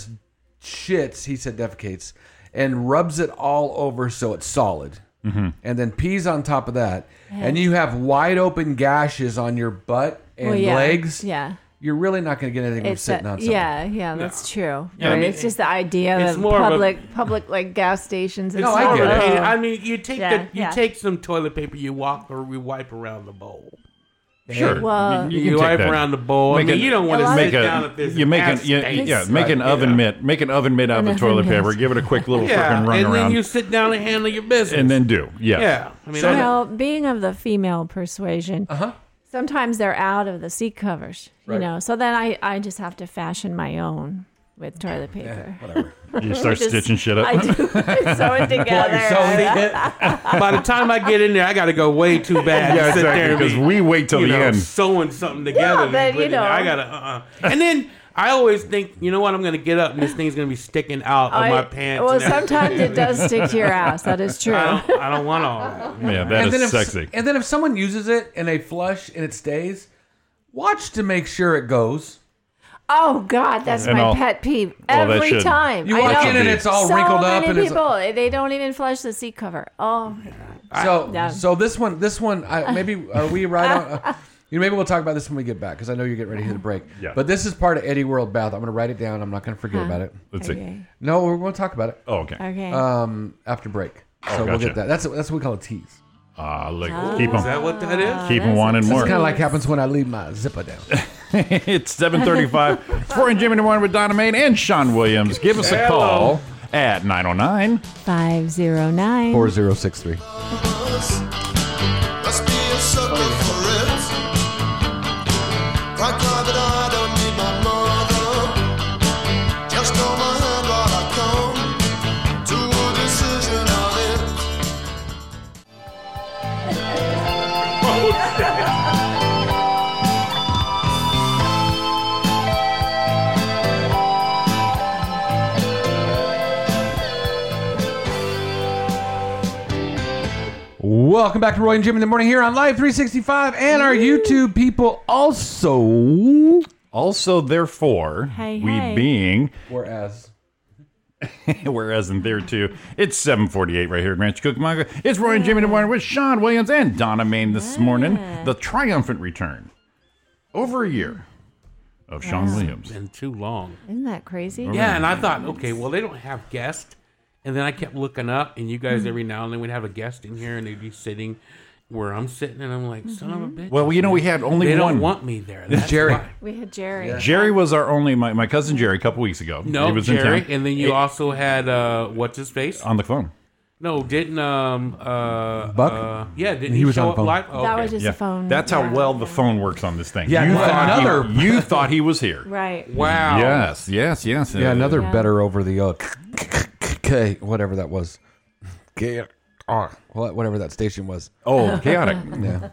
F: shits, he said defecates, and rubs it all over so it's solid,
G: Mm-hmm.
F: and then pees on top of that, and you have wide open gashes on your butt and
I: Well, yeah,
F: legs,
I: Yeah,
F: you're really not going to get anything
I: it's
F: from sitting
I: a,
F: on something.
I: yeah, yeah. That's true.
G: Yeah, I
I: right?
G: mean,
I: it's just the idea
H: it's
I: of
H: more of a-
I: public public like gas stations. And
F: No, I
I: stuff.
F: get it.
H: I mean,
I: Oh.
H: I mean, you take
I: Yeah,
H: the, you
I: yeah.
H: take some toilet paper, you walk or you wipe around the bowl.
G: Sure,
I: Well-
G: you,
H: You,
G: you can take
H: wipe
G: that.
H: around the bowl. I
G: Make
H: mean,
G: a-
H: you don't want
I: a
H: to
I: lot
G: Make
H: sit
G: a,
H: down if there's
G: you make an
H: ass
G: you,
H: stains.
G: yeah, make an
F: Right,
G: oven
F: yeah.
G: mitt, make an oven mitt out
I: An
G: of the toilet
I: oven mitt.
G: paper, give it a quick little
H: yeah,
G: freaking run
H: and
G: around,
H: then you sit down and handle your business.
G: and then do yeah.
H: yeah, I mean, I-
I: Well, being of the female persuasion,
F: Uh-huh.
I: sometimes they're out of the seat covers, you know. So then I, I just have to fashion my own with toilet paper.
F: Whatever.
G: you start
I: Just-
G: stitching shit up.
I: I do sew it together.
H: by the time I get in there, I got to go way too bad.
G: yeah,
H: to sit there
G: exactly.
H: and
G: Because
H: be-
G: we wait till
H: you
G: the
H: know,
G: end.
H: sewing something together.
I: but,
H: and put
I: you
H: it in there.
I: know.
H: I gotta. Uh, uh And then I always think, you know what? I'm gonna get up and this thing's gonna be sticking out of my
I: I-
H: pants.
I: Well,
H: and everything.
I: sometimes it does stick to your ass. That is true.
H: I don't, I don't want all that.
G: Yeah, that
F: and
G: is
F: then if,
G: sexy.
F: And then if someone uses it and they flush and it stays, watch to make sure it goes.
I: Oh God, that's
G: And
I: my
G: all-
I: pet peeve
G: Well, that
I: every
G: shouldn't.
I: time.
F: You
I: I
F: walk
I: know.
F: in and it's all
I: so
F: wrinkled up
I: many
F: and it's
I: people they don't even flush the seat cover. Oh,
F: so
I: yeah.
F: so this one this one I, maybe are we right on. Uh, you know, maybe we'll talk about this when we get back because I know you're getting ready to hit a break.
G: Yeah.
F: But this is part of Eddie World Bath. I'm going to write it down. I'm not going to forget about it.
G: Let's see.
I: okay,
F: No, we're going to talk about it
G: Oh, okay.
I: okay.
F: um, after break.
I: Oh,
F: So we'll
G: gotcha.
F: get that. That's that's what we call a tease.
G: Ah, look, keep
H: Is that
G: them,
H: what that is?
G: keep them
I: Oh, that's
G: wanting
F: It's
G: more.
F: kind of like happens when I leave my zipper down.
G: it's 735. it's 4 and Jimmy in the morning with Donna Main and Sean Williams. Give us a call at 909.
I: Five zero nine.
F: 4063.
E: Must be a sucker for it. Thank God that I don't need my mother. Just hold my hand while I come to a decision on it.
F: Welcome back to Roy and Jimmy in the morning here on Live 365 and our YouTube people also.
G: Also, therefore,
I: Hey,
G: we
I: hey.
G: being,
F: Whereas.
G: whereas in there too, it's 748 right here at Ranch Cookmonger. It's Roy and Jimmy in the morning with Sean Williams and Donna Main this morning. The triumphant return over a year of Sean Williams.
H: Been too long.
I: Isn't that crazy?
H: Yeah, and I thought, okay, well, they don't have guests. And then I kept looking up, and you guys every now and then would have a guest in here, and they'd be sitting where I'm sitting, and I'm like, son of
I: Mm-hmm.
H: a bitch.
G: Well, you know, we had only
H: they
G: one.
H: don't want me there. That's
F: Jerry.
H: why.
I: We had Jerry.
G: Jerry was our only my, my cousin Jerry a couple weeks ago. he
H: No,
G: was
H: Jerry.
G: in town
H: And then you also had, uh, what's his face?
G: on the phone.
H: No, didn't, um, uh,
F: Buck?
H: uh, yeah, didn't
F: He
H: he,
F: was on
H: show
F: the
H: up
F: phone.
H: live? Oh,
I: That
H: okay.
I: was just a phone.
G: That's how
I: yeah.
G: well the phone works on this thing.
F: Yeah,
G: you
F: well,
G: thought
F: another-
G: he, you thought he was here.
I: Right.
H: Wow.
G: Yes, yes, yes.
F: Yeah, another
I: Yeah.
F: better over the uh, K, whatever that was. K, R, wha- whatever that station was.
G: Oh, chaotic.
F: Yeah.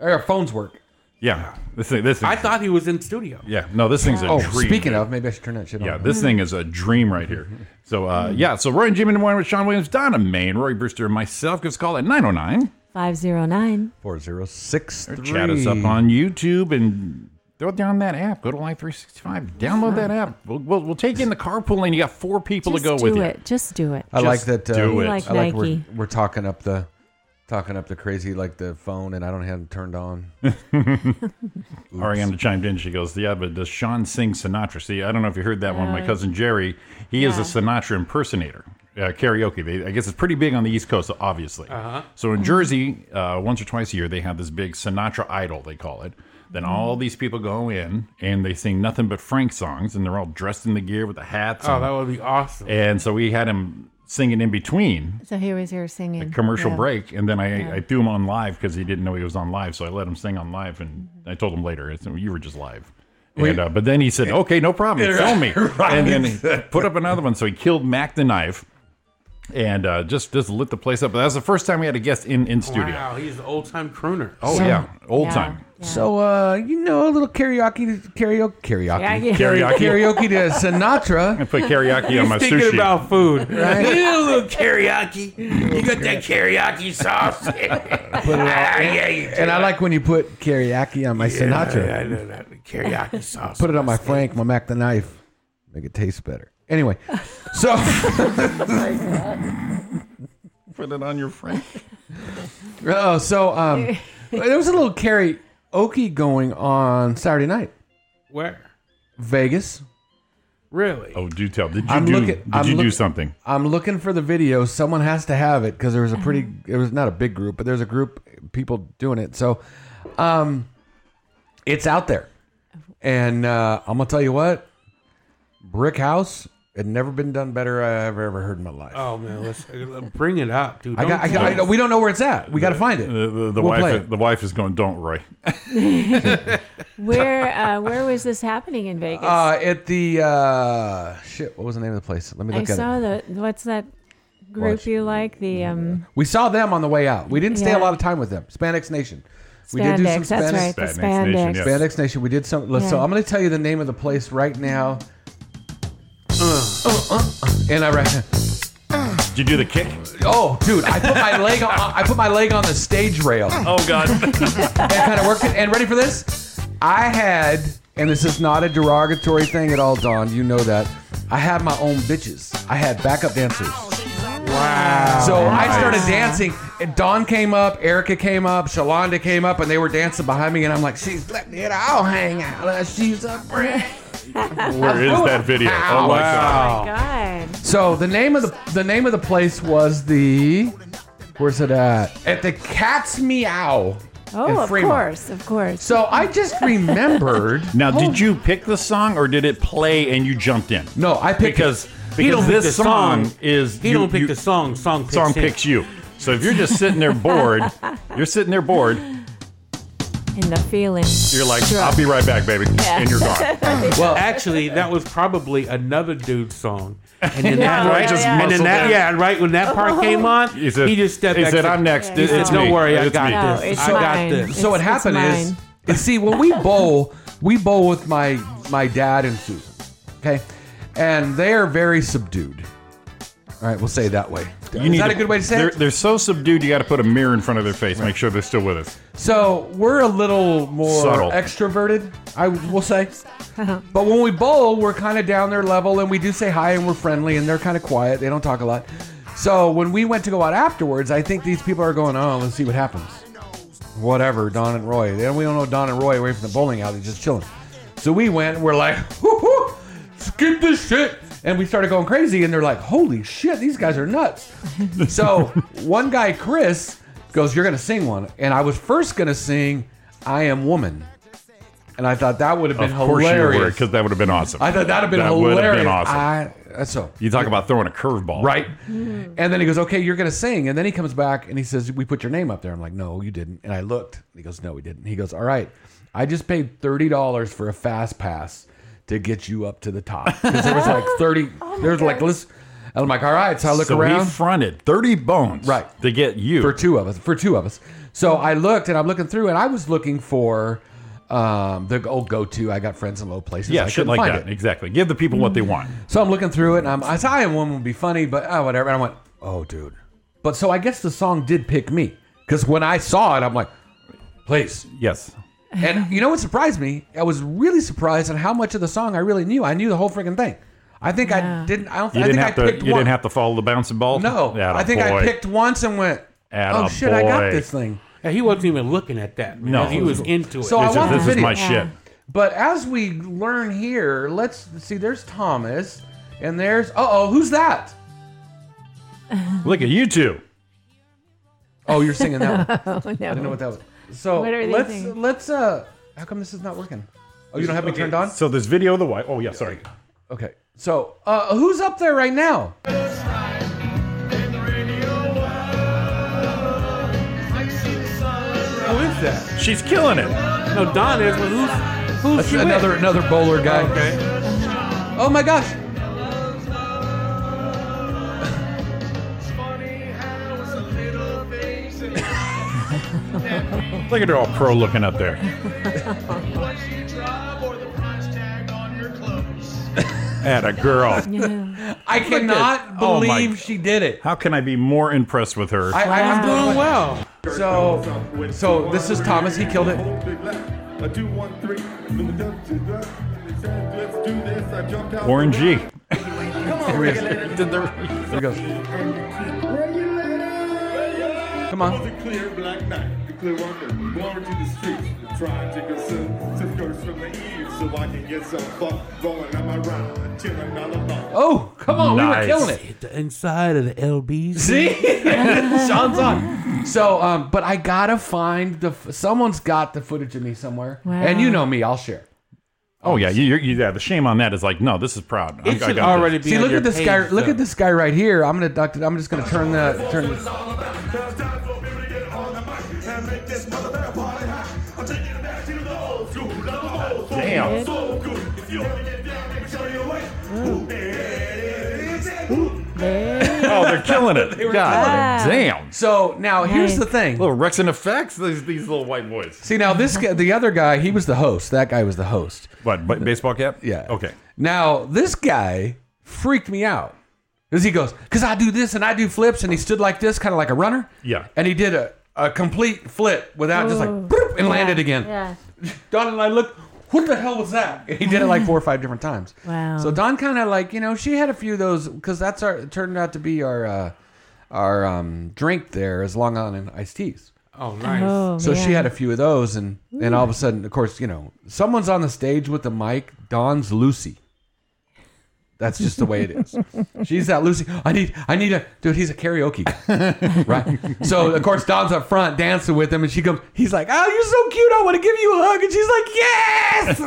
F: Our phones work.
G: yeah, this thing. This thing.
H: I thought he was in studio.
G: Yeah, no, this thing's a
F: Oh,
G: dream.
F: speaking of, maybe I should turn that shit on.
G: Yeah, this thing is a dream right here. So, uh, yeah, so Roy and Jimmy in the morning with Sean Williams, Donna Main, Roy Brewster, and myself. Give us a call at 909.
I: 509.
F: 4063.
G: Chat us up on YouTube and throw down that app. Go to Live 365. Download that app. We'll, we'll, we'll take you in the carpool lane. You got four people
I: Just
G: to go
I: do
G: with
I: it.
G: you.
I: Just do it.
F: I like
G: Just
F: that. Uh,
G: do it.
I: Like
F: I like we're,
I: Nike.
F: we're talking up the talking up the crazy like the phone, and I don't have it turned on.
G: Ariana chimed in. She goes, "Yeah, but does Sean sing Sinatra?" See, I don't know if you heard that one. My
I: Uh,
G: cousin Jerry, he is a Sinatra impersonator. Uh, karaoke. They, I guess it's pretty big on the East Coast, obviously. Uh-huh. So in Jersey, uh, once or twice a year, they have this big Sinatra Idol. They call it. Then
I: Mm-hmm.
G: all these people go in and they sing nothing but Frank songs, and they're all dressed in the gear with the hats.
H: Oh,
G: and,
H: that would be awesome.
G: and so we had him singing in between
I: So he was here singing.
G: commercial
I: Yeah.
G: break, and then I, I threw him on live because he didn't know he was on live. So I let him sing on live, and I told him later, I said, "You were just live." And, uh, but then he said, "Okay, no problem, film me," and then he put up another one. So he killed Mac the knife, and uh, just just lit the place up. But that was the first time we had a guest in in studio.
H: Wow, he's an old time crooner.
G: Oh yeah, old
I: Yeah,
G: time.
I: yeah.
F: So uh, you know, a little karaoke, karaoke, karaoke,
I: Yeah, yeah.
G: Karaoke.
F: karaoke to
G: I
F: Sinatra.
G: put karaoke on my
H: Thinking
G: sushi.
H: about food.
F: Right?
H: Yeah, a little karaoke. You got that karaoke sauce? Ah, yeah, you do.
F: uh, And I like when you put karaoke on my Sinatra.
H: I know that karaoke sauce.
F: Put it on my flank, my Mac the knife, make it taste better. Anyway, so
G: Put it on your friend.
F: oh, so um, there was a little karaoke going on Saturday night,
H: Where?
F: Vegas.
H: Really?
G: Oh, do tell. Did you
F: I'm
G: do?
F: looking-
G: did
F: I'm
G: you do
F: looking-
G: something?
F: I'm looking for the video. Someone has to have it because there was a pretty.
I: Uh-huh.
F: It was not a big group, but there's a group people doing it. So, um, it's out there, and uh, I'm gonna tell you what, Brick House had never been done better. I ever ever heard in my life.
H: Oh man, let's bring it up, dude.
F: I got. I got I know- we don't know where it's at. We got to find it.
G: The, the, the
F: We'll play
G: wife.
F: it.
G: The wife is going. Don't Roy.
I: Where uh, where was this happening in Vegas?
F: Uh, at the uh, shit. What was the name of the place? Let me
I: I
F: look at
I: saw
F: it.
I: the what's that group
F: Watch.
I: you like? The um
F: We saw them on the way out. We didn't stay
I: Yeah.
F: a lot of time with them. Hispanics Nation. We did do some
I: Spandex,
F: Spanish-
I: that's right. The
G: Spandex Nation,
I: spandex.
G: yeah.
F: Spandex Nation. We did some. So
I: Yeah.
F: I'm going to tell you the name of the place right now. Uh, And I ran.
G: Did you do the kick?
F: Oh, dude! I put my leg on. I put my leg on the stage rail and
G: Oh God!
F: kind of worked it. And ready for this? I had, and this is not a derogatory thing at all, Don. You know that. I had my own bitches. I had backup dancers.
H: Wow.
F: So I
G: Nice.
F: started dancing, and Dawn came up, Erica came up, Shalonda came up, and they were dancing behind me, and I'm like, "She's letting it all hang out. Uh, She's a friend."
G: Where is that video? Oh my God!
H: Wow.
I: God.
F: So the name of the the name of the place was the where's it at? At the Cat's Meow. in
I: Oh, of
F: Fremont.
I: course, of course.
F: So I just remembered.
G: Now, did
I: Oh.
G: you pick the song or did it play and you jumped in?
F: No, I picked
G: because
H: He don't
G: because
H: pick the
G: this song,
H: song.
G: is
H: He
G: you-
H: don't pick
G: you-
H: the song. Song picks
G: song
H: him.
G: picks you. So if you're just sitting there bored, you're sitting there bored.
I: And the feeling.
G: You're like, I'll be right back, baby, and you're gone.
H: Actually, that was probably another dude's song. And then
I: Yeah,
H: that, right?
I: yeah, Just yeah.
H: and then
G: muscle
H: that,
G: down.
H: yeah, right. When
F: Oh.
H: that part came on,
G: He said,
H: he just stepped
G: he
H: back.
G: said,
H: and
G: "I'm next.
H: He
G: It-
H: said,
G: it's
H: "Don't
G: me.
H: worry, I
G: It's
H: got
G: me."
I: No,
H: this.
I: it's
H: I got
I: mine.
H: this."
F: So what
I: It's- it's
F: happened is,
I: mine.
F: and see, when we bowl, we bowl with my my dad and Susan, okay, and they are very subdued. All right, we'll say it that way.
G: You
F: Is
G: need
F: that a good way to say
G: they're,
F: it?
G: They're so subdued, you got to put a mirror in front of their face, make sure they're still with us.
F: So we're a little more
G: Subtle.
F: extroverted, I will say. but when we bowl, we're kind of down their level, and we do say hi, and we're friendly, and they're kind of quiet. They don't talk a lot. So when we went to go out afterwards, I think these people are going, "Oh, let's see what happens." Whatever, Don and Roy. They- We don't know Don and Roy away from the bowling alley, just chilling. So we went. and We're like, "Whoo, whoo, skip this shit," and we started going crazy. And they're like, "Holy shit, these guys are nuts." So one guy, Chris, goes, "You're gonna sing one," and I was first gonna sing "I Am Woman," and I thought that would have been
G: of course
F: hilarious.
G: you were, because that would have been awesome.
F: I thought that'd have been
G: That would
F: hilarious.
G: have been awesome.
F: I, uh, so
G: you talk about throwing a curveball,
F: right, and then he goes, "Okay, you're gonna sing," and then he comes back and he says, "We put your name up there." I'm like, "No, you didn't," and I looked. And he goes, "No, we didn't." He goes, "All right, I just paid thirty dollars for a fast pass to get you up to the top because there was like thirty. there was like list." And I'm like, all right. So I look
G: so
F: around.
G: we fronted thirty bones,
F: Right.
G: to get you.
F: for two of us for two of us so i looked and i'm looking through and i was looking for um, the old go-to i got friends in low places
G: yeah,
F: I
G: shit
F: couldn't
G: like
F: find
G: that.
F: it.
G: Exactly. Give the people what they want.
F: so i'm looking through it and i'm i thought i one would be funny but oh, whatever and i went oh dude but so i guess the song did pick me because when i saw it i'm like please
G: Yes.
F: and you know what surprised me i was really surprised on how much of the song i really knew i knew the whole freaking thing i think i didn't i don't
G: You
F: i
G: didn't
F: think
G: have
F: i
G: to.
F: picked
G: You
F: one
G: didn't have to follow the bouncing ball.
F: no i think i
G: Attaboy.
F: picked once and went oh
G: Attaboy.
F: shit i got this thing
H: And he wasn't even looking at that. Man.
G: No.
H: he was into it.
F: So I
G: This, is,
F: want the
G: this is
F: video.
G: my
I: Yeah.
G: shit.
F: But as we learn here, let's see. There's Thomas, and there's uh oh, who's that?
G: Look at you two.
F: Oh, you're singing that. One.
I: Oh, no.
F: I don't know what that was. So
I: What are they
F: let's
I: singing?
F: let's uh. How come this is not working? Oh, you don't have me turned on.
G: So there's video of the wife. Oh yeah, sorry.
F: Okay. So uh, who's up there right now?
H: Who is that?
G: She's killing it.
H: No, Don is, but who's who's
F: That's
H: she with?
F: another another bowler guy.
H: Okay.
F: Oh my gosh.
G: Look at her all pro looking up there. At a girl.
F: I cannot
G: Oh my-
F: believe she did it.
G: How can I be more impressed with her?
F: I, I'm
H: Doing well.
F: So so this is Thomas. He killed it.
G: Warren G.
F: Here he is. Here he goes. Come on. Oh, come on.
G: Nice.
F: We were killing it.
H: Hit the inside of the LBs.
F: See, Sean's on. So, um, but I gotta find the. Someone's got the footage of me somewhere,
I: Wow.
F: and you know me, I'll share.
G: Oh yeah, you, you, you- yeah. The shame on that is like, no, this is proud. I- I
H: It should
G: got
H: already
G: this.
H: be.
F: See,
H: on
F: look
H: your
F: at this
H: page,
F: guy. Look
H: though.
F: at this guy right here. I'm gonna. duck it- I'm just gonna turn the turn.
G: Damn.
I: There
G: Oh, they're killing it. They were God
I: killing it.
G: damn.
F: So now here's
I: Nice.
F: the thing.
G: Little Rex and effects. These these little white boys.
F: See now this guy, the other guy, he was the host. That guy was the host.
G: What? But baseball cap?
F: Yeah.
G: Okay.
F: Now this guy freaked me out because he goes, "Cause I do this and I do flips," and he stood like this, kind of like a runner.
G: Yeah.
F: And he did a, a complete flip without just like boop, and landed again.
I: Oh. Yeah.
F: Don and I looked. What the hell was that? And he did it like four or five different times.
I: Wow.
F: So Don kind of like you know she had a few of those because that's our it turned out to be our uh, our um, drink there as Long Island iced teas.
H: Oh, nice.
I: Oh,
F: So she
I: man.
F: had a few of those, and and all of a sudden, of course, you know, someone's on the stage with the mic. Don's Lucy. That's just the way it is. She's that Lucy. I need, I need a dude. He's a karaoke, guy. right? So of course, Don's up front dancing with him, and she comes. He's like, "Oh, you're so cute. I want to give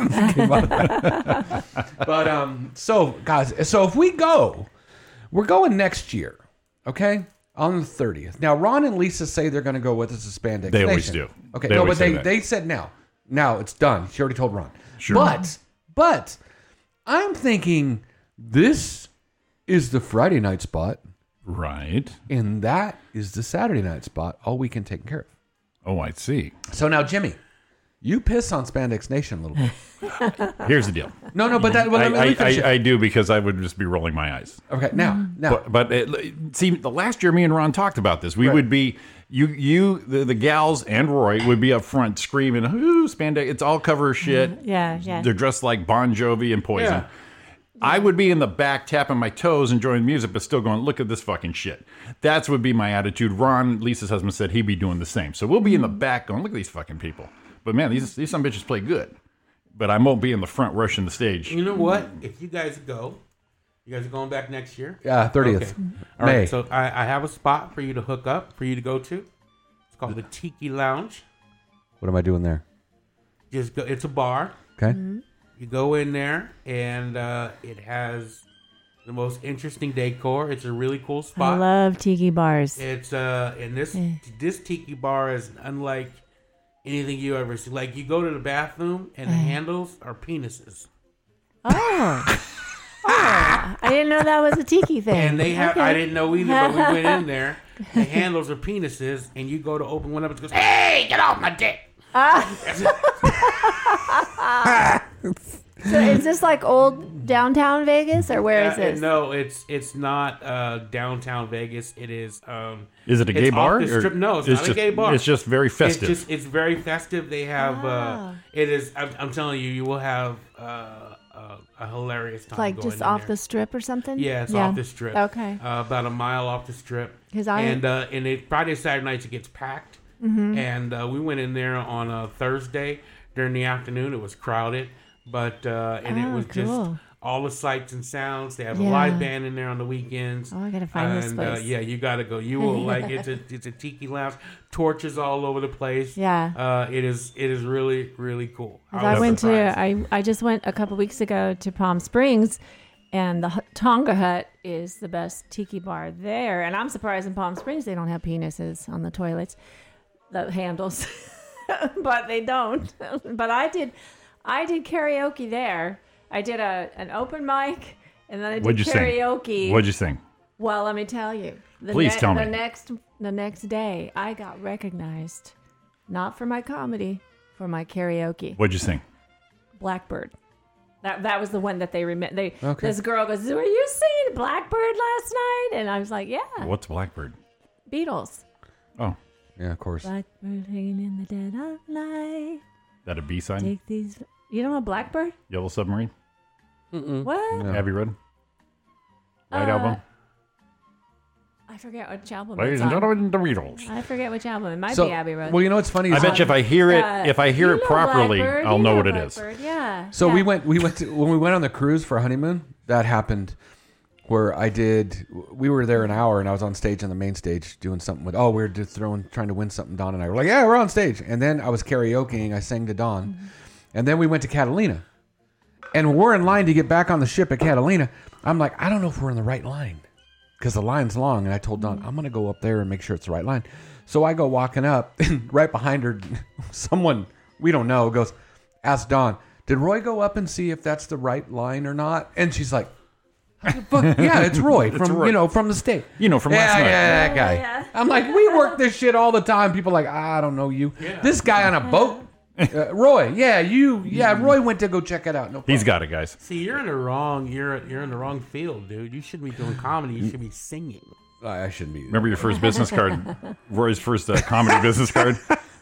F: you a hug." And she's like, "Yes." And she came out of that. but um, so guys, so if we go, we're going next year, okay? On the thirtieth. Now, Ron and Lisa say they're going to go with us to Spandex.
G: They always
F: Nation.
G: do.
F: Okay,
G: They
F: no, but
G: always say
F: they
G: that.
F: they said now. Now it's done. She already told Ron.
G: Sure.
F: But but I'm thinking this is the Friday night spot,
G: Right.
F: and that is the Saturday night spot. All we can take care of.
G: Oh, I see.
F: So now, Jimmy, you piss on Spandex Nation a little bit.
G: Here's the deal.
F: No, no, but that. Well,
G: I,
F: let me- let me
G: I,
F: finish
G: I, Mm-hmm.
F: it.
G: I do because I would just be rolling my eyes.
F: okay, now now.
G: But, but it, see, the last year, me and Ron talked about this. We would be you, you, the, the gals, and Roy would be up front screaming, "Whoo, spandex!" It's all cover shit.
I: Mm-hmm. Yeah, yeah.
G: They're dressed like Bon Jovi and Poison.
H: Yeah.
G: I would be in the back tapping my toes, enjoying the music, but still going, look at this fucking shit. That's would be my attitude. Ron, Lisa's husband, said he'd be doing the same. So we'll be in the
H: Mm-hmm.
G: back going, look at these fucking people. But man, these these some bitches play good. But I won't be in the front rushing the stage.
H: You know what? If you guys go, you guys are going back next year.
F: Yeah, uh, thirtieth.
H: Okay.
F: May.
H: All right, so I, I have a spot for you to hook up, for you to go to. It's called the Tiki Lounge.
F: what am I doing there?
H: Just go. It's a bar.
F: Okay.
I: Mm-hmm.
H: You go in there, and uh, it has the most interesting decor. It's a really cool
I: I
H: spot.
I: love tiki bars.
H: It's uh, and this this tiki bar is unlike anything you ever see. Like you go to the bathroom, and the
I: Uh-huh.
H: handles are penises,
I: Oh. oh. I didn't know that was a tiki thing.
H: and they have. I
I: Okay.
H: didn't know either, but we went in there. The handles are penises, and you go to open one up, it goes, "Hey, get off my dick!"
I: So is this like old downtown Vegas or where
H: Uh,
I: is this?
H: no, it's it's not uh, downtown Vegas. It is. Um,
G: Is it a
H: it's
G: gay
H: off
G: bar?
H: the
G: or-
H: strip- No, it's, not
G: just,
H: a gay bar.
G: It's just very festive.
H: It's just it's very festive. They have
I: Ah.
H: uh, it is. I'm, I'm telling you, you will have uh, uh, a hilarious time.
I: like
H: going
I: just
H: in
I: off
H: there.
I: the strip or something?
H: Yeah, it's off the strip.
I: Okay.
H: uh, about a mile off the strip.
I: 'Cause I-
H: and uh, and it Friday Saturday nights it gets packed.
I: Mm-hmm.
H: And uh, we went in there on a Thursday during the afternoon. It was crowded, but uh, and it
I: Oh,
H: was just
I: cool.
H: all the sights and sounds. They have a
I: Yeah.
H: live band in there on the weekends.
I: Oh, I gotta find this
H: And, Uh,
I: place.
H: yeah, you gotta go. You will like it's a it's a tiki lounge, torches all over the place.
I: Yeah.
H: uh, it is it is really really cool.
I: 'Cause
H: was
I: I went
H: surprised.
I: to I, I just went a couple weeks ago to Palm Springs and the H- Tonga Hut is the best tiki bar there. And I'm surprised in Palm Springs they don't have penises on the toilets, the handles. but they don't. but I did I did karaoke there. I did a an open mic and then I did
G: What'd you sing?
I: karaoke.
G: What'd you think?
I: Well, let me tell you. The
G: Please tell me.
I: The next, the next day, I got recognized, not for my comedy, for my karaoke.
G: What'd you think?
I: Blackbird. That that was the one that they remember. They
F: Okay.
I: this girl goes, "Were you singing Blackbird last night?" And I was like, "Yeah,
G: What's Blackbird?
I: Beatles."
G: Oh,
F: Yeah, of course.
I: Blackbird hanging in the dead of night.
G: that a B side?
I: Take these. You know a Blackbird?
G: Yellow Submarine? Hmm.
I: What?
F: No.
G: Abbey Road? White
I: Uh,
G: Album?
I: I forget which album.
G: Ladies
I: It's
G: and
I: on.
G: gentlemen, the Beatles.
I: I forget which album. It might
F: So-
I: be Abbey Road.
F: Well, you know what's funny?
G: I
F: is-
G: bet you if I hear it,
I: Uh,
G: if I hear
I: you
G: it
I: know
G: properly,
I: Blackbird,
G: I'll
I: you
G: know, what it is.
I: Blackbird, Yeah.
F: So we
I: yeah.
F: went. We went to, when we went on the cruise for our honeymoon. That happened where I did. We were there an hour, and I was on stage on the main stage doing something with. Oh, we were just throwing, trying to win something. Don and I were like, "Yeah, we're on stage." And then I was karaokeing. I sang to Don,
I: Mm-hmm.
F: and then we went to Catalina, and we're in line to get back on the ship at Catalina. I'm like, I don't know if we're in the right line because the line's long. And I told Don, I'm going to go up there and make sure it's the right line. So I go walking up, and right behind her, someone we don't know goes, Ask Don, did Roy go up and see if that's the right line or not? And she's like, Fuck yeah, it's Roy from
G: Roy.
F: you know from the state.
G: You know, from
F: yeah,
G: last night.
F: Yeah, that guy.
I: yeah.
F: I'm like, we work this shit all the time. People are like, I don't know you. This guy on a boat. Uh, Roy, yeah, you, yeah, Roy went to go check it out. No, problem.
G: He's got it, guys.
H: See, you're in the wrong. You're you're in the wrong field, dude. You shouldn't be doing comedy. You should be singing.
F: I shouldn't be.
G: Remember your first business card, Roy's first uh, comedy business card.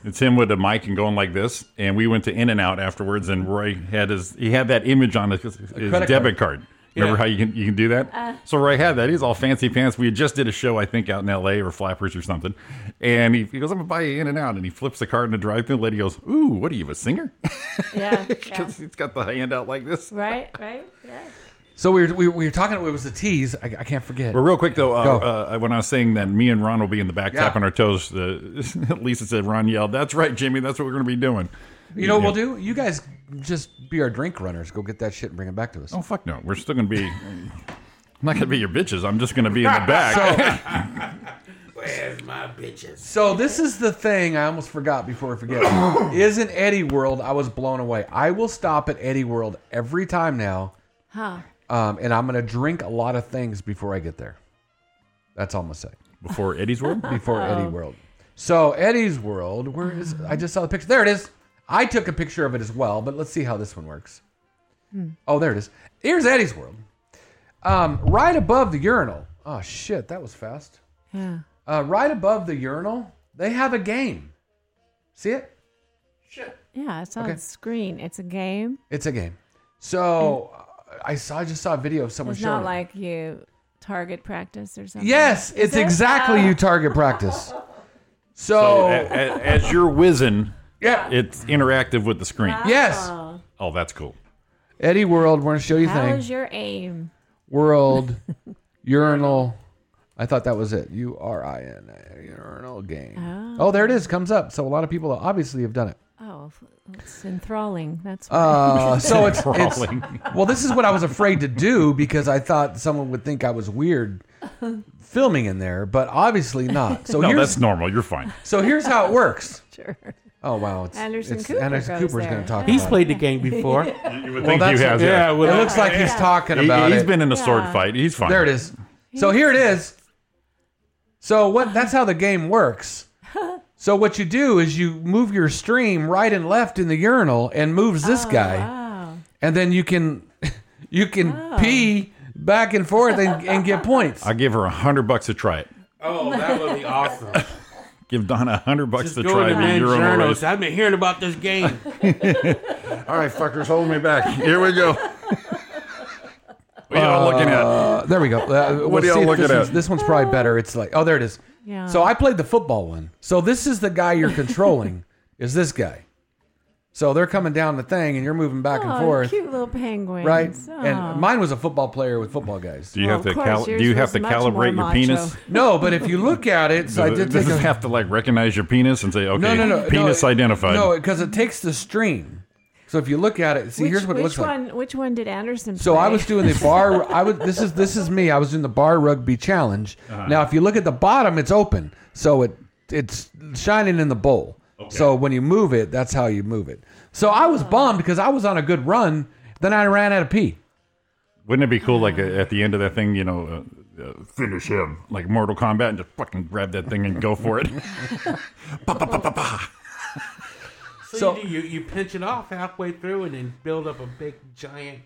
G: It's him with a mic and going like this. And we went to In and Out afterwards, and Roy had his he had that image on his, his
F: credit
G: debit card. Remember
H: Yeah.
G: how you can you can do that? so Roy had that. He's all fancy pants. We had just did a show, I think, out in L.A. or Flappers or something. And he, he goes, "I'm gonna buy you In and Out," and he flips the card in the drive-thru. Lady goes, "Ooh, what are you, a singer?"
I: Yeah. yeah.
G: Because he's got the hand out like this.
I: Right, right, yeah.
F: So we were, we, were- we were talking. It was the tease. I, I can't forget.
G: But real quick though,
F: Go.
G: uh, uh, when I was saying that me and Ron will be in the back
F: Yeah.
G: tapping our toes, uh, Lisa said Ron yelled, "That's right, Jimmy. That's what we're going to be doing."
F: You know what we'll do? You guys just be our drink runners. Go get that shit and bring it back to us.
G: Oh fuck no, we're still going to be. I'm not going to be your bitches. I'm just going to be in the back.
H: Where's my bitches?
F: So this is the thing I almost forgot before I forget. Isn't Eddie World? I was blown away. I will stop at Eddie World every time now,
I: Huh.
F: um, and I'm gonna drink a lot of things before I get there. That's all I'm gonna say
G: Before Eddie's world,
F: before Eddie World. So Eddie's World, where is? I just saw the picture. There it is. I took a picture of it as well, but let's see how this one works.
I: Hmm.
F: Oh, there it is. Here's Eddie's World. Um, right above the urinal. Oh shit, that was fast.
I: Yeah.
F: Uh, right above the urinal, they have a game. See it?
I: Yeah, it's on
F: Okay.
I: screen. It's a game.
F: It's a game. So uh, I saw. I just saw a video of someone
I: Mm. It's
F: showing.
I: not
F: it.
I: like you target practice or something.
F: yes,
I: Is
F: it's
I: it?
F: exactly
I: Ah.
F: you target practice.
G: so, eh,
F: So
G: a- a- as you're whizzing,
F: yeah,
G: it's interactive with the screen.
H: Uh-huh.
F: yes,
G: Oh, that's cool.
F: Eddie World. We're gonna show you
I: How
F: things.
I: is your aim?
F: World urinal. I thought that was it. U R I N urinal game. Oh. there it is. Comes up. So a lot of people obviously have done it.
I: Oh, it's enthralling. That's why.
F: Uh, so it's, it's
G: Crawling.
F: well, this is what I was afraid to do because I thought someone would think I was weird filming in there, but obviously not. So
G: no,
F: here's
G: that's normal. You're fine.
F: so here's how it works.
I: sure.
F: Oh wow, it's
I: Anderson
F: it's,
I: Cooper
F: Anderson
I: goes
F: Cooper's
I: there.
F: going to talk.
H: He's
F: about
H: played the game before.
G: You
F: Well,
G: would think you
F: that's-
G: have.
H: yeah,
F: It.
H: well,
F: it looks like he's talking
G: He,
F: about
G: has
F: it.
G: been in a sword
I: Yeah.
G: fight. He's fine.
F: there it is. So here it is. So what? That's how the game works. So what you do is you move your stream right and left in the urinal and moves this
G: Oh,
F: guy,
I: Wow.
F: and then you can you can pee back and forth and, and get points.
G: Oh. I give her a hundred bucks to try it.
H: Oh, that would be awesome.
G: Give Donna a hundred bucks
H: Just
G: to
H: go
G: try
H: to
G: to be your own
H: Mangiano's.
G: race.
H: I've been hearing about this game.
G: All right, fuckers, hold me back. Here we go. what are y'all looking at?
F: Uh, there we go. Uh, we'll
G: What are y'all
F: see if
G: looking
F: this
G: at?
F: one's- this one's probably better. It's like, oh, there it is.
I: Yeah.
F: So I played the football one. So this is the guy you're controlling. is this guy? So they're coming down the thing, and you're moving back and
I: oh,
F: forth,
I: cute little penguins.
F: right?
I: Oh.
F: And mine was a football player with football guys.
G: Do you
I: Well,
G: have to
I: of course,
G: cal- do
I: yours
G: you have
I: was
G: to
I: much more
G: calibrate your
I: macho.
G: penis?
F: No, but if you look at it, so I
G: Does,
F: did
G: it-
F: take a
G: does it have to like recognize your penis and say, okay,
F: no, no, no, no,
G: penis
F: it-
G: identified?
F: No, because it takes the stream. So if you look at it, see
I: which,
F: here's what it looks
I: which
F: like.
I: one, Which one did Anderson?
F: So I
I: play?
F: was doing the bar. I was this is this is me. I was doing the bar rugby challenge.
G: Uh-huh.
F: Now, if you look at the bottom, it's open, so it it's shining in the bowl. So when you move it, that's how you move it. So I
I: Oh.
F: was bummed because I was on a good run. Then I ran out of pee.
G: Wouldn't it be cool, like uh, at the end of that thing, you know, uh, uh, finish him, like Mortal Kombat, and just fucking grab that thing and go for it? Pa, pa, pa, pa, pa.
H: So,
F: So-
H: you, do, you you pinch it off halfway through and then build up a big giant,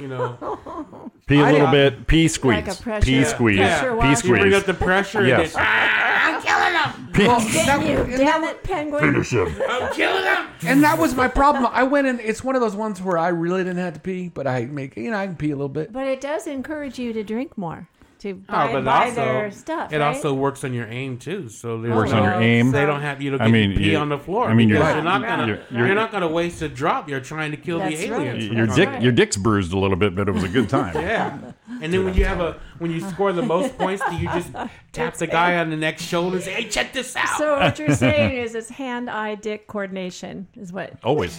H: you know,
G: Pee a
H: I-
G: little bit, pee squeeze,
I: Like a pressure-
G: pee squeeze,
H: Yeah.
I: pressure
G: pee
I: washer.
H: you bring up
G: squeeze,
H: the pressure.
G: Yes.
H: And then,
G: pee.
I: You damn it, penguin!
G: Finish him.
H: I'm killing him.
F: And that was my problem. I went in. It's one of those ones where I really didn't have to pee, but I make you know I can pee a little bit.
I: But it does encourage you to drink more, to
H: Oh,
I: buy,
H: but
I: buy
H: also,
I: their stuff.
H: it
I: right?
H: also works on your aim too. So there's
G: Works on your
I: Oh,
G: aim.
H: They don't have you to
G: I
H: get
G: mean,
H: pee
G: you-
H: on the floor.
G: I mean, you're-
H: because
G: Right.
H: you're not gonna
G: You're-
H: you're,
G: you're-
H: not gonna waste a drop. You're trying to kill
I: That's
H: the
I: right.
H: aliens.
G: Your dick,
I: Right.
G: your dick's bruised a little bit, but it was a good time.
H: Yeah. And then when you have a when you score the most points, do you just tap the guy on the next shoulder and say, "Hey, check this out."
I: So what you're saying is it's hand-eye dick coordination is what.
G: Always.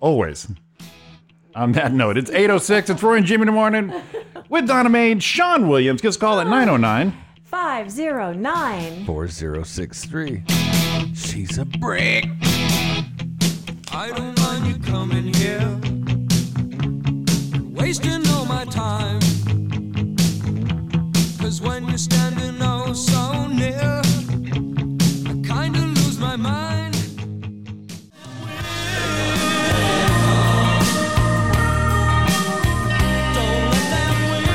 G: Always. On that note, it's 806. It's Roy and Jimmy in the morning with Donna Maid, Sean Williams. Give us a call at 909.
I: Five zero nine.
F: Four zero six three. She's a brick.
J: I don't mind you coming here, wasting all my time. oh my mind. Don't let them win.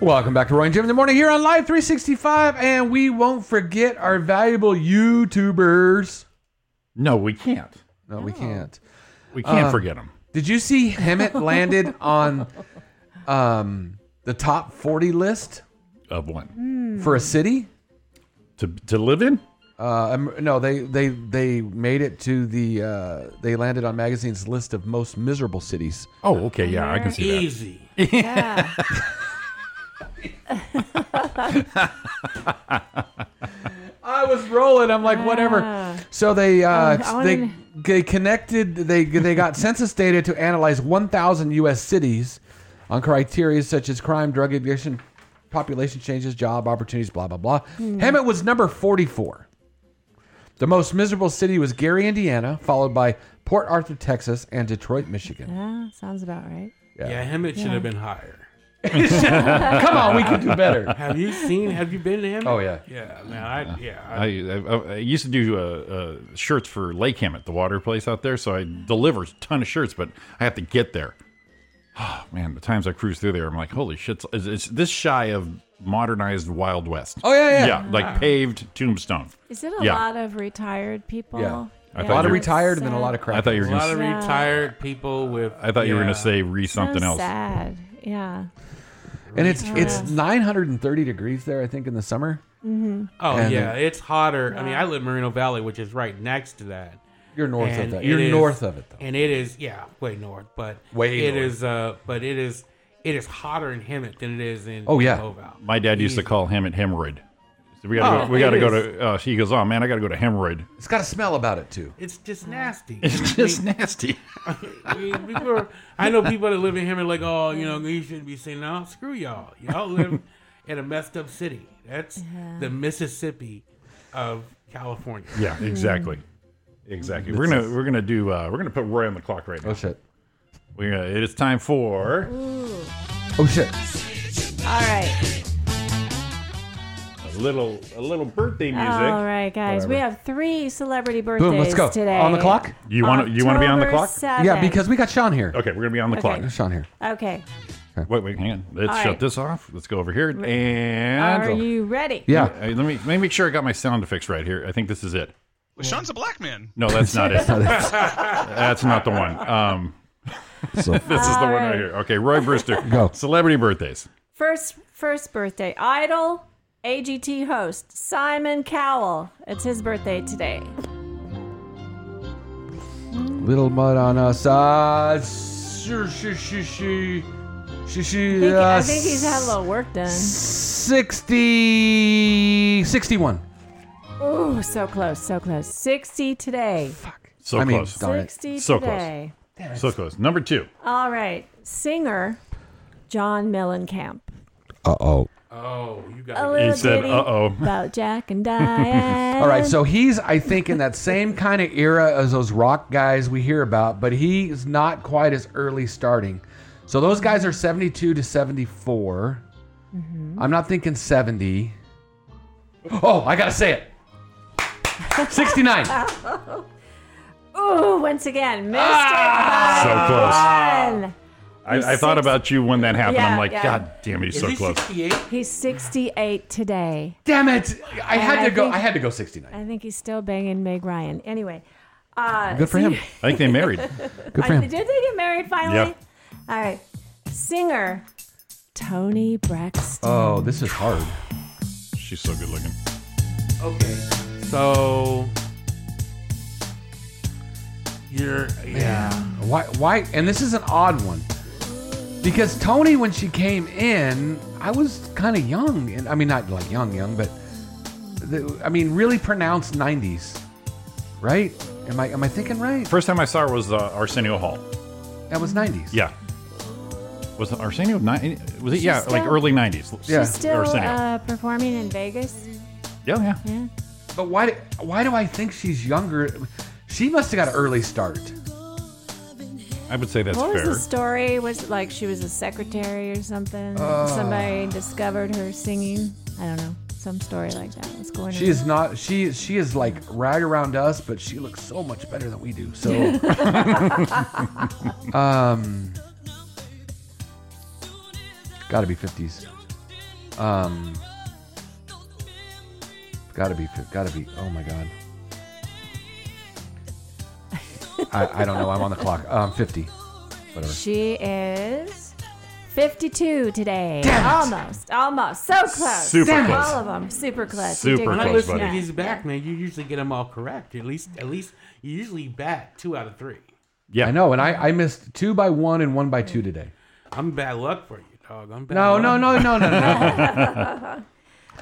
F: Welcome back to Roy and Jim in the morning here on Live 365, and we won't forget our valuable YouTubers.
G: No, we can't.
F: No, we can't.
G: We can't forget them.
F: Did you see Hemet landed on um, the top 40 list
G: Of one
F: for a city?
G: to to live in.
F: Uh, um, no, they they they made it to the uh, they landed on magazine's list of most miserable cities.
G: Oh, okay, yeah, I can see that.
H: Easy.
I: Yeah.
F: I was rolling. I'm like, whatever. So they uh,
I: Oh, I
F: they
I: wanna-
F: they connected. They they got census data to analyze 1,000 U.S. cities on criteria such as crime, drug addiction, population changes, job opportunities, blah blah blah.
I: Hmm.
F: Hammett was number 44. The most miserable city was Gary, Indiana, followed by Port Arthur, Texas, and Detroit, Michigan.
I: yeah. Sounds about right.
H: Yeah, Hemet should have been higher.
F: Come on, we can do better.
H: Have you seen? Have you been to Hemet?
F: Oh, yeah.
H: Yeah, man. I, yeah. I,
G: I, I, I used to do uh, uh, shirts for Lake Hammett, the water place out there. So I deliver a ton of shirts, but I have to get there. Oh, man, the times I cruise through there, I'm like, holy shit! It's, it's this shy of modernized Wild West.
F: Oh yeah, yeah.
G: yeah, like paved tombstone.
I: Is it a
G: Yeah.
I: lot of retired people?
F: Yeah.
G: I
I: Yeah,
F: A lot of
G: you-
I: it's
F: retired and then a lot of
I: sad.
F: crap.
G: I thought you were
H: a lot
G: gonna.
H: of
I: Yeah.
H: retired people with.
G: I thought you were gonna
H: yeah.
G: say re something
I: so
G: else.
I: Sad. Yeah.
F: and it's it's
I: Yeah.
F: 930 degrees there, I think, in the summer.
H: Oh
F: And
H: yeah,
F: then-
H: it's hotter. I mean, I live in Moreno Valley, which is right next to that.
F: You're north of
H: And
F: that.
H: it
F: You're
H: is-
F: north of it, though.
H: And it is yeah, way north, but
F: Way
H: it
F: north.
H: is uh, but it is it is hotter in Hemet than it is in
F: Oh, yeah.
H: Oval.
G: My dad used to call him at hemorrhoid. So we gotta
H: Oh,
G: go, we gotta
H: it
G: go
H: is.
G: to. Uh, he goes, oh man, I gotta go to hemorrhoid.
F: It's got a smell about it too.
H: It's just nasty.
G: It's just nasty.
H: I mean, people are- I know people that live in Hemet like, oh, you know, you shouldn't be saying, no, screw y'all. Y'all live in a messed up city. That's the Mississippi of California.
G: Yeah, exactly, exactly. We're gonna we're gonna do uh, we're gonna put Roy on the clock right now.
F: Oh shit.
G: We're gonna, it is time for
F: Oh shit.
I: All right.
G: a little a little birthday music.
I: All right, guys. We have three celebrity birthdays
F: Boom. Let's go.
I: today.
F: On the clock.
G: You want to you want to be on the
I: October
G: clock?
I: 7th.
F: Yeah, because we got Sean here.
G: Okay, we're gonna be on the
I: Okay.
G: clock.
F: Sean here.
I: Okay.
G: Wait, wait, hang on. Let's
I: All
G: shut
I: right.
G: this off. Let's go over here
I: Are
G: and
I: you ready?
G: Uh,
F: Yeah.
G: let me let me make sure I got my sound effects right here. I think this is it.
K: Well, Sean's a black man.
G: No, that's not it. that's not the one. Um,
F: So
G: this is the
I: All
G: one right
I: right.
G: here. Okay, Roy Brewster.
F: Go.
G: Celebrity birthdays.
I: First first birthday. Idol AGT host Simon Cowell. It's his birthday today.
F: little mud on us. Uh, shoo, shoo, shoo, shoo. Shoo,
I: I
F: shoo,
I: think,
F: uh,
I: I think he's had a little work done.
F: 60 61.
I: Ooh, so close, so close. 60 today.
G: So
F: I mean,
G: close.
F: Darn it.
I: 60
G: So close.
I: today.
G: So close. Number two.
I: All right. Singer John Mellencamp.
F: Uh-oh.
H: Oh, you
I: A
H: got
I: little
G: He said,
I: ditty
G: "Uh-oh."
I: about Jack and Diane.
F: All right, so he's I think in that same kind of era as those rock guys we hear about, but he is not quite as early starting. So those guys are 72 to 74.
I: Mm-hmm.
F: I'm not thinking 70. Oh, I got to say it. 69.
I: Ooh, once again, missed
G: So
I: Ah.
G: close.
I: it by one.
G: I, I thought about you when that happened. I'm
I: Yeah,
G: like,
I: yeah.
G: God damn it, he's
H: Is
G: so
H: he
G: close.
H: 68?
I: He's 68 today.
F: Damn it. I had
I: I
F: to go
I: think-
F: I had to go 69.
I: I think he's still banging Meg Ryan. Anyway, uh,
F: Good for him.
G: I think they married.
F: Good for
I: I-
F: him.
I: did they get married finally?
G: Yep.
I: All right, singer Tony Braxton.
F: Oh, this is hard.
G: She's so good looking.
H: Okay. So you're yeah.
F: Why? Why? And this is an odd one because Tony, when she came in, I was kind of young, and I mean not like young, young, but the, I mean really pronounced '90s, right? Am I am I thinking right?
G: First time I saw her was uh, Arsenio Hall.
F: That was '90s.
G: Yeah. Was it Arsenio nine? Was it? Yeah,
I: She's
G: like
I: still-
G: early '90s.
F: Yeah.
I: She's still
G: Arsenio.
I: uh, performing in Vegas.
G: yeah, yeah.
I: Yeah.
F: But why? do- Why do I think she's younger? She must have got an early start.
G: I I would say that's
I: What was
G: fair.
I: the story? Was it like she was a secretary or something?
H: Uh.
I: Somebody discovered her singing. I don't know. Some story like that was going
F: She
I: on.
F: is not. She she is like right around us, but she looks so much better than we do. So, um, got to be fifties. Um, got to be. Got to be. Oh my god. I, I don't know. I'm on the clock. Um, fifty. Whatever.
I: She is 52 today. Almost. Almost. So close.
G: Super
I: Damn it.
G: close.
I: All of them. Super close.
G: Super
I: You did
G: We're
H: When
I: great.
H: I
G: close,
H: listen
G: buddy.
H: to these back, man, you usually get them all correct. At least, at least you usually bat two out of three.
G: yeah,
F: I know, and I I missed two by one and one by two today.
H: I'm bad luck for you, dog. I'm bad.
F: No,
H: luck.
F: no, no, no, no, no.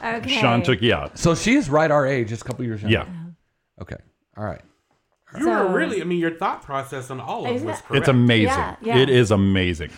I: Okay.
G: Sean took you out.
F: so she's right our age. Just a couple years. younger.
G: Yeah,
F: Okay. All right.
H: You
I: So-
H: were really. I mean, your thought process on all of them
I: Isn't
H: was
I: it-
H: correct.
G: it's amazing.
I: Yeah, yeah.
G: It is amazing.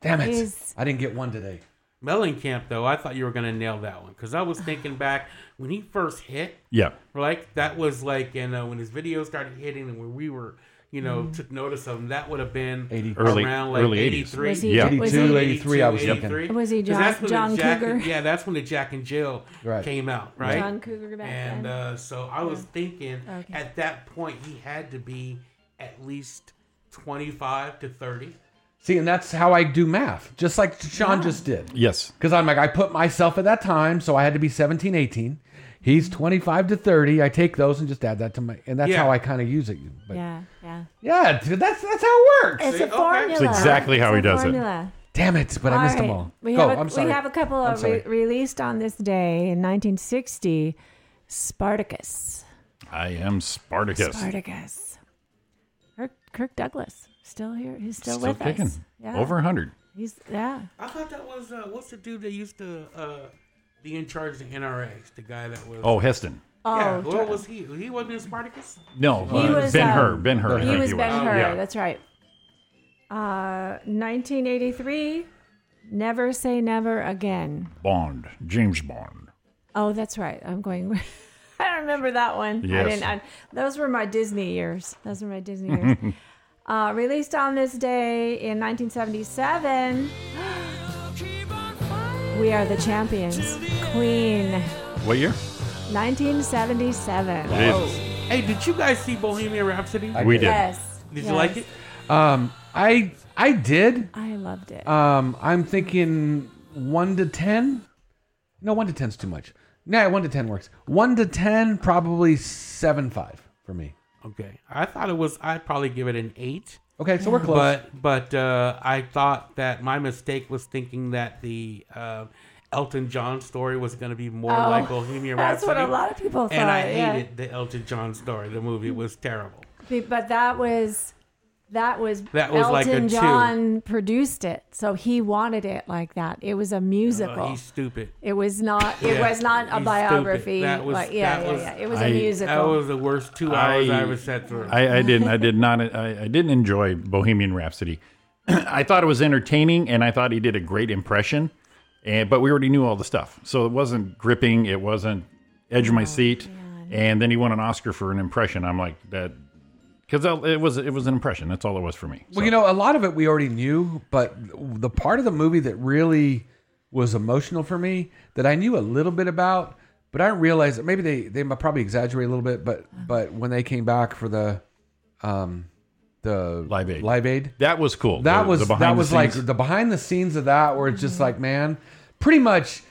F: Damn it.
I: Is-
F: I didn't get one today.
H: Mellencamp, though, I thought you were gonna nail that one because I was thinking back when he first hit.
G: Yeah,
H: Like that was like, you know, when his video started hitting and when we were, you know, took notice of him, that would have been
F: 80.
G: Early-
H: around like
G: early 80s.
H: 83.
I: Was he-
G: Yeah.
I: was
F: 82,
I: he,
F: 83, I was thinking.
H: 83.
I: Was he
H: 'Cause
I: John-
H: that's when the
I: John
H: Jack-
I: Cougar?
H: Yeah, that's when the Jack and Jill
F: Right.
H: came out, right?
I: John Cougar back
H: And
I: then.
H: uh, so I was thinking
I: Okay.
H: at that point he had to be at least 25 to 30.
F: See, and that's how I do math, just like Sean just did.
G: yes.
F: Because I'm like, I put myself at that time, so I had to be 17, 18. He's 25 to 30. I take those and just add that to my, and that's
H: Yeah.
F: how I kind of use it. But yeah,
I: yeah, yeah.
F: dude, that's that's how it works.
I: It's
H: See,
I: a
H: okay.
I: formula.
H: That's
G: exactly how
I: It's
G: he
I: a
G: does it.
I: formula.
F: Damn it, but I missed them
I: right.
F: all.
I: We
F: Go,
I: have a,
F: I'm sorry.
I: We have a couple
F: I'm
I: of re-
F: sorry.
I: released on this day in 1960. Spartacus.
G: I am Spartacus.
I: Spartacus. Kirk, Kirk Douglas. Still here. He's still,
G: Still
I: with
G: kicking.
I: us. Yeah.
G: Over 100.
I: He's, yeah.
H: I thought that was uh, what's the dude that used to uh, be in charge of the NRAs, the guy that was
G: Oh, Heston.
I: Oh,
H: yeah, what
I: Douglas.
H: was he? He wasn't in Spartacus?
G: No, uh,
I: He was,
G: Ben Hur.
I: um,
G: Ben Hur.
I: He was Ben Hur.
G: Yeah.
I: That's right. Uh, 1983. Never say never again.
G: Bond. James Bond.
I: Oh, that's right. I'm going. I don't remember that one.
G: Yes.
I: I didn't. I, those were my Disney years. Those were my Disney years. uh, released on this day in 1977. We are the champions. Queen.
G: What year?
I: 1977.
G: Jesus.
H: Hey, did you guys see Bohemian Rhapsody? Did
G: We did.
I: Yes.
H: you like it?
F: Um, I I did.
I: I loved it.
H: Uh,
F: Um, I'm thinking one to ten. No, one to ten's too much. Nah, one to ten works. One to ten, probably seven five for me.
H: Okay, I thought it was. I'd probably give it an eight,
F: Okay, so we're close.
H: but but uh, I thought that my mistake was thinking that the uh, Elton John story was going to be more
I: Oh,
H: like Bohemian
I: That's
H: Rhapsody.
I: what a lot of people thought.
H: and I
I: yeah.
H: hated the Elton John story. The movie was terrible.
I: Be- But that was that was
H: That was
I: Elton
H: like a two.
I: John produced it, so he wanted it like that. It was a musical.
H: Uh, he's stupid.
I: it was not. It
H: Yeah,
I: was not a
H: he's
I: biography.
H: stupid. That was-
I: like, yeah,
H: that
I: yeah,
H: was-
I: yeah. It was a
G: I-
I: musical.
H: That was the worst two hours I, ever sat through.
G: I, I didn't. I did not. I, I didn't enjoy Bohemian Rhapsody. I thought it was entertaining, and I thought he did a great impression. And but we already knew all the stuff, so it wasn't gripping. It wasn't edge
I: Oh,
G: of my seat. And then he won an Oscar for an impression. I'm like that because it was it was an impression. That's all it was for me.
F: well, you know, a lot of it we already knew, but the part of the movie that really was emotional for me that I knew a little bit about, but I didn't realize that maybe they they might probably exaggerate a little bit, but but when they came back for the um the
G: Live Aid.
F: live aid
G: that was cool.
F: that
G: The-
F: was
G: the behind
F: that
G: the
F: was like
G: scenes.
F: the behind the scenes of that where it's
G: Mm-hmm.
F: just like man pretty much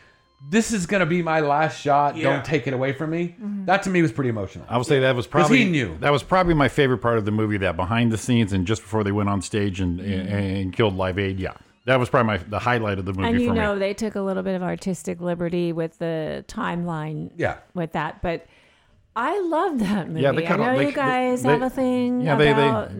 F: this is gonna be my last shot
H: Yeah.
F: don't take it away from me
G: Mm-hmm.
F: that to me was pretty emotional
G: I would say that was probably
F: he knew.
G: that was probably my favorite part of the movie. That behind the scenes and just before they went on stage and and,
F: Mm-hmm.
G: and killed Live Aid. Yeah, that was probably my, the highlight of the movie.
I: and
G: for
I: you
G: me.
I: know, they took a little bit of artistic liberty with the timeline.
F: Yeah.
I: with that, but. I love that movie.
G: Yeah, they
I: I
G: cut
I: know
G: all, they,
I: you guys
G: they,
I: have
G: they-
I: a thing
G: Yeah,
I: about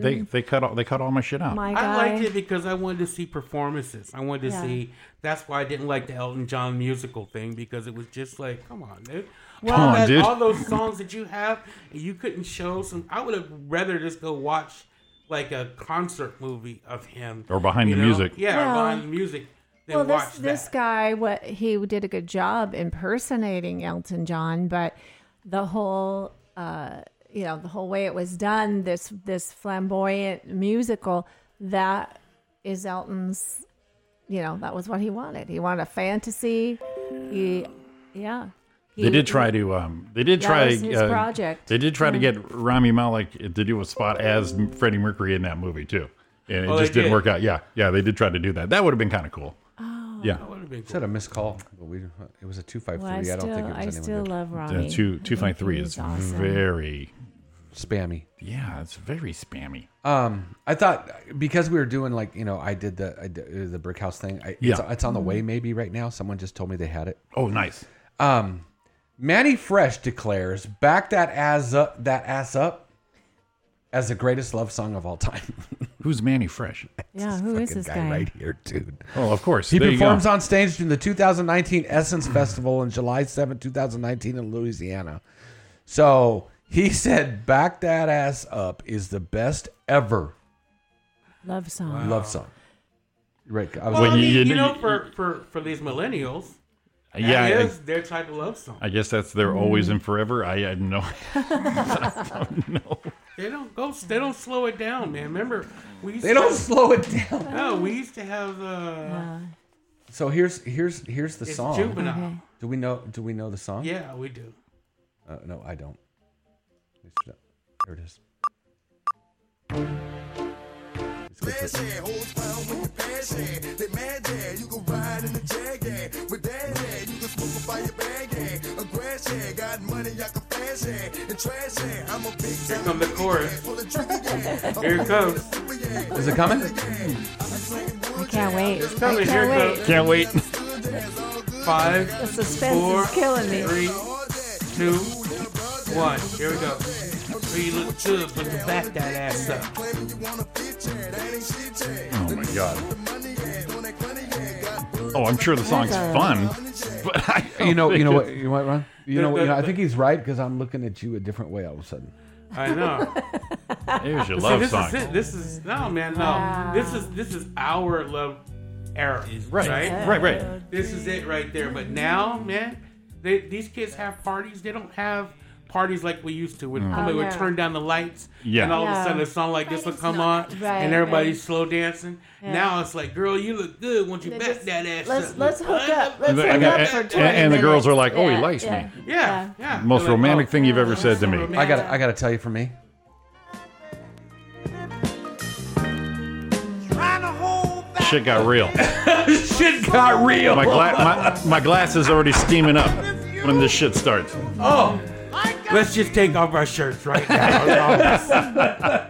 G: they, they they they cut all they cut all my shit out.
I: my guy.
H: I liked it because I wanted to see performances. I wanted to
I: Yeah.
H: see. That's why I didn't like the Elton John musical thing because it was just like, come on, dude.
G: Come
H: all,
G: on,
H: that-
G: dude.
H: all those songs that you have, and you couldn't show some. I would have rather just go watch like a concert movie of him
G: Or behind
H: you
G: the music.
H: Yeah, or
I: Well-
H: behind the music. Then
I: well,
H: watch
I: this this
H: that.
I: guy, what he did a good job impersonating Elton John, but the whole, uh, you know, the whole way it was done, this this flamboyant musical that is Elton's. You know, that was what he wanted. He wanted a fantasy. He, yeah.
G: They did try to. Um, they did
I: That
G: try.
I: was his
G: uh,
I: project.
G: They did try to get Rami Malek to do a spot as Freddie Mercury in that movie too, and it
H: Oh,
G: just
H: they
G: didn't
H: did?
G: work out. Yeah, yeah, they did try to do that. That would have been kind of cool.
I: Oh,
G: Yeah,
F: Said a missed call, but we it was a two five three.
I: Well, I,
F: I
I: still,
F: don't think it
I: I
F: was
I: still
F: anyone good.
I: love
G: Uh,
I: Ronnie.
G: two two five three is
I: awesome.
G: very.
F: spammy.
G: Yeah, it's very spammy.
F: Um, I thought because we were doing like you know I did the I did the brick house thing. I,
G: Yeah.
F: it's, it's
I: Mm-hmm.
F: on the way maybe right now. Someone just told me they had it.
G: Oh, nice.
F: Um, Manny Fresh declares back that ass up that ass up as the greatest love song of all time.
G: Who's Manny Fresh?
I: Yeah, who is
F: Fucking
I: this guy?
F: right here, dude?
G: Oh, of course.
F: He
G: There you go.
F: performs on stage during the 2019 Essence Festival on July seventh, 2019 in Louisiana. So he said, Back That Ass Up is the best ever
I: Love song.
F: love song. Rick, I was
H: Well,
G: When
H: I
G: you-
H: mean,
G: you
H: you,
G: kn-
H: know, for, for, for these millennials, that is
G: Uh, Yeah, I-
H: their type of love song.
G: I guess that's their
I: Mm.
G: always and forever. I had no.
H: they don't go. They don't slow it down, man. Remember, we used
F: they
H: to
F: don't slow it down.
H: No, we used to have uh,
I: Uh,
F: So here's here's here's the
H: it's
F: song.
H: juvenile.
I: okay.
F: Do we know do we know the song?
H: Yeah, we do.
F: Uh, no, I don't. There it is. Let's go for it.
E: Fancy, holds power with the passion. They mad yeah, you can ride in the jag yeah. With that yeah, you can smoke a fire bag yeah. A grass yeah, got money, I can flash yeah. And trash yeah, I'm a big
H: Here
E: time
H: come the chorus.
E: full of trigger yeah.
H: Here it comes.
F: Is it coming?
I: I can't wait. I
H: Tell me,
I: can't
H: here
I: wait.
H: it goes.
G: Can't wait.
I: The
H: Five,
I: suspense
H: Four,
I: is killing me.
H: three, two, one. Here we go. Three little chubs, but you back that ass up.
G: Oh my god. Oh, I'm sure the song's fun, but I don't
F: You know, you
G: think
F: know what,
G: it's-
F: you know what, Ron? You
H: The-
F: know, what- you
H: the-
F: know, I think he's right because I'm looking at you a different way all of a sudden.
H: I know.
G: Here's your
H: See,
G: love
H: this
G: song.
H: is it. This is no man. No, this is this is our love era.
G: Right, right, right.
H: This is it right there. But now, man, they, these kids have parties. They don't have parties like we used to. When somebody
I: Oh,
H: would
I: no.
H: turn down the lights,
G: Mm. Yeah.
H: and all
I: Yeah.
H: of a sudden a song like this would come on,
I: Right,
H: and everybody's
I: right.
H: slow dancing. Now it's like, girl, you look good. Won't you
I: They're
H: back
I: just-
H: that ass
I: Let's
H: up?
I: let's hook up. Let's
G: And,
I: hook
G: and-
I: up for
G: and-
I: 20
G: and the girls are
I: minutes.
G: like, "Oh, he
I: Yeah,
G: likes
I: yeah.
G: me."
H: Yeah, yeah.
G: Most
H: They're like,
G: romantic
H: oh,
G: thing you've ever said to me.
H: romantic.
F: I got, to I got to tell you for me.
G: Shit got real.
H: Shit got real.
G: My, gla- my, my glass is already steaming up when this shit starts.
H: Oh, let's just take off our shirts right now.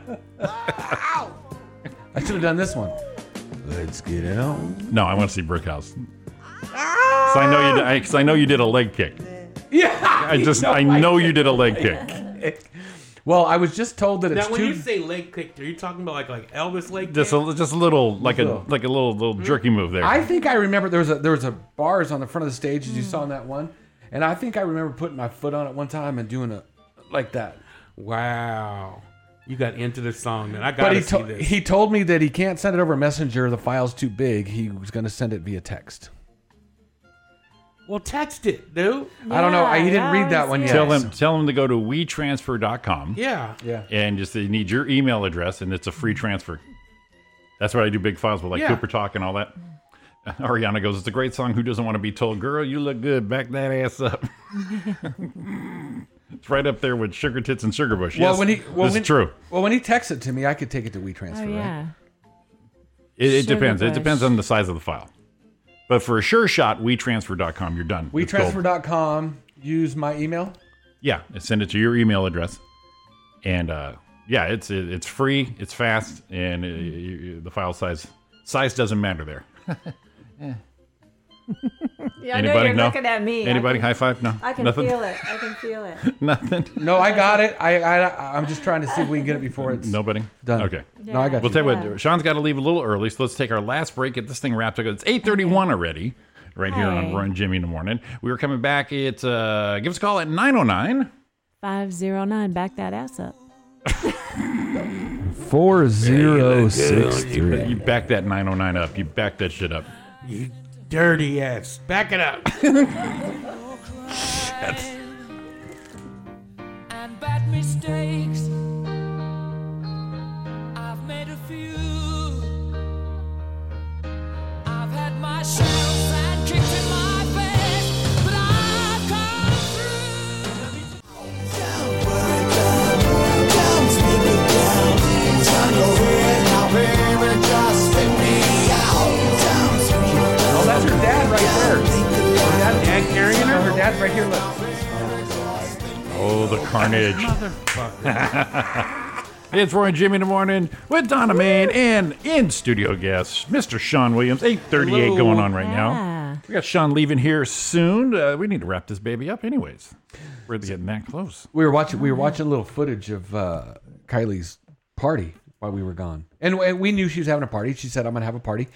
F: I should have done this one. Let's get it on.
G: No, I want to see Brickhouse. Cause I know you. did- I, Cause I know you did a leg kick.
H: yeah.
G: I just. I know you did a leg kick.
F: Well, I was just told that it's
H: Now, when
F: two.
H: you say leg kick, are you talking about like like Elvis leg kick?
G: Just a just a little like a
F: Little.
G: like a little little jerky move there.
F: I think I remember there was a there was a bars on the front of the stage
H: Mm.
F: as you saw in that one, and I think I remember putting my foot on it one time and doing a like that.
H: Wow. You got into the song, man. I
F: But
H: gotta
F: he
H: see
F: to-
H: this.
F: he told me that he can't send it over Messenger. The file's too big. He was going to send it via text.
H: well, text it, dude.
F: I don't know. I, he
I: Yeah,
F: didn't
I: yeah,
F: read
I: I
F: that one
I: see
F: yet.
I: it.
G: tell him tell him to go to wetransfer.com
H: Yeah.
F: Yeah.
G: and just they need your email address and it's a
F: Mm-hmm.
G: free transfer. That's what I do big files with like
H: Yeah.
G: Cooper Talk and all that. Ariana goes, "It's a great song. Who doesn't want to be told, girl, you look good. Back that ass up." it's right up there with sugar tits and sugar bush.
F: Well,
G: yes,
F: when he well,
G: this
F: when,
G: is true.
F: Well, when he texts it to me, I could take it to WeTransfer.
I: Oh
F: right?
I: yeah.
G: It, it
I: Sugar
G: depends. It
I: Bush.
G: depends on the size of the file. But for a sure shot, WeTransfer.com, you're done. It's gold.
F: WeTransfer.com. Use my email.
G: Yeah, send it to your email address, and uh, yeah, it's it, it's free, it's fast, and uh you- you- the file size size doesn't matter there.
I: Yeah, I know you're
G: No?
I: looking at me.
G: Anybody?
I: I
G: High five? No.
I: can, I can
G: Nothing.
I: feel it. I can feel it.
G: Nothing.
F: No, I got it. I, I I'm just trying to see if we can get it before it's
G: Nobody.
F: done.
G: Okay.
F: No, I got
G: We'll
F: you.
G: tell you
I: Yeah.
G: what. Sean's got to leave a little early, so let's take our last break. Get this thing wrapped up. It's eight thirty-one already. Right here on
I: Hey.
G: Run Jimmy in the morning. We were coming back. It's uh, give us a call at nine oh nine.
I: Five zero nine. Back that ass up.
F: Four zero six three.
G: You back that nine oh nine up. You back that shit up.
H: You dirty ass. Back it up.
J: and bad mistakes. I've made a few.
H: have dad carrying her?
K: Her dad's right here. Look.
G: Oh, the carnage. it's Roy and Jimmy in the morning with Donna Main and in studio guest, Mr. Sean Williams. 838
H: Hello.
G: going on right
I: Yeah.
G: now. We got Sean leaving here soon. Uh, we need to wrap this baby up, anyways. We're getting that close.
F: We were watching. We were watching a little footage of uh, Kylie's party while we were gone, and we- we knew she was having a party. She said, "I'm gonna have a party.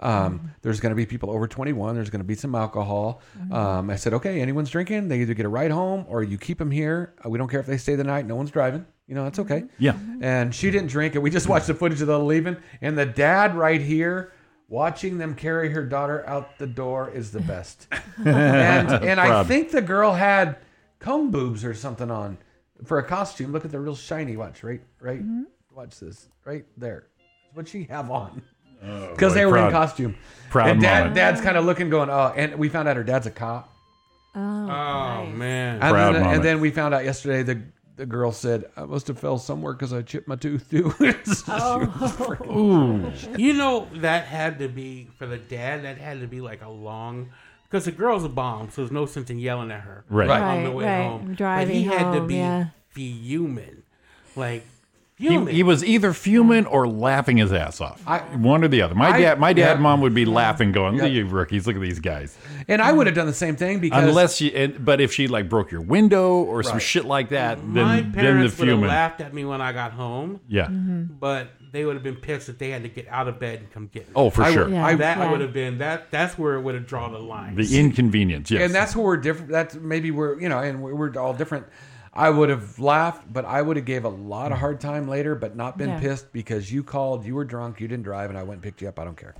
F: Um, there's gonna be people over 21. There's gonna be some alcohol." Um, I said, "Okay, anyone's drinking, they either get a ride home or you keep them here. Uh, We don't care if they stay the night. No one's driving. You know, that's okay."
G: Yeah.
F: And she didn't drink, and we just watched the footage of them leaving, and the dad right here. Watching them carry her daughter out the door is the best. and and I
G: Proud.
F: think the girl had comb boobs or something on for a costume. Look at the real shiny. Watch right, right. Watch this right there. That's what she have on because
G: Oh, boy,
F: they were in
G: proud-
F: costume.
G: proud
F: and dad,
G: moment.
F: dad's kind of looking, going, oh. And we found out her dad's a cop.
I: Oh,
H: Oh man.
F: And,
G: Proud
F: then,
G: moment.
F: and then we found out yesterday the the girl said I must have fell somewhere because I chipped my tooth too.
I: Oh.
H: You know that had to be for the dad. That had to be like a long, because the girl's a bomb, so there's no sense in yelling at her.
G: Right. Right,
H: on the way
I: right.
H: home.
I: Driving
H: but he had to
I: home,
H: be
I: yeah.
H: fuming, like
G: He,
H: fuming.
G: he was either fuming or laughing his ass off.
F: I-
G: One or the other. My
F: I-
G: dad, my dad,
F: yeah.
G: mom would be laughing, going, "Look at
F: Yeah.
G: you rookies! Look at these guys."
F: and I would have done the same thing because
G: Unless you, and, but if she like broke your window or some
F: Right.
G: shit like that, then
H: My
G: then the
H: parents would have
G: fuming.
H: laughed at me when I got home,
G: Yeah.
I: Mm-hmm.
H: but they would have been pissed that they had to get out of bed and come get me.
G: Oh, for
F: I-
G: sure.
I: Yeah.
F: I-
H: that
I: yeah.
H: would have been that. That's where it would have drawn the line.
G: The inconvenience. Yes.
F: and that's where we're different. That's maybe we're you know, and we're, we're all different. I would have laughed, but I would have gave a lot of hard time later, but not been
I: Yeah.
F: pissed because you called, you were drunk, you didn't drive, and I went and picked you up. I don't care.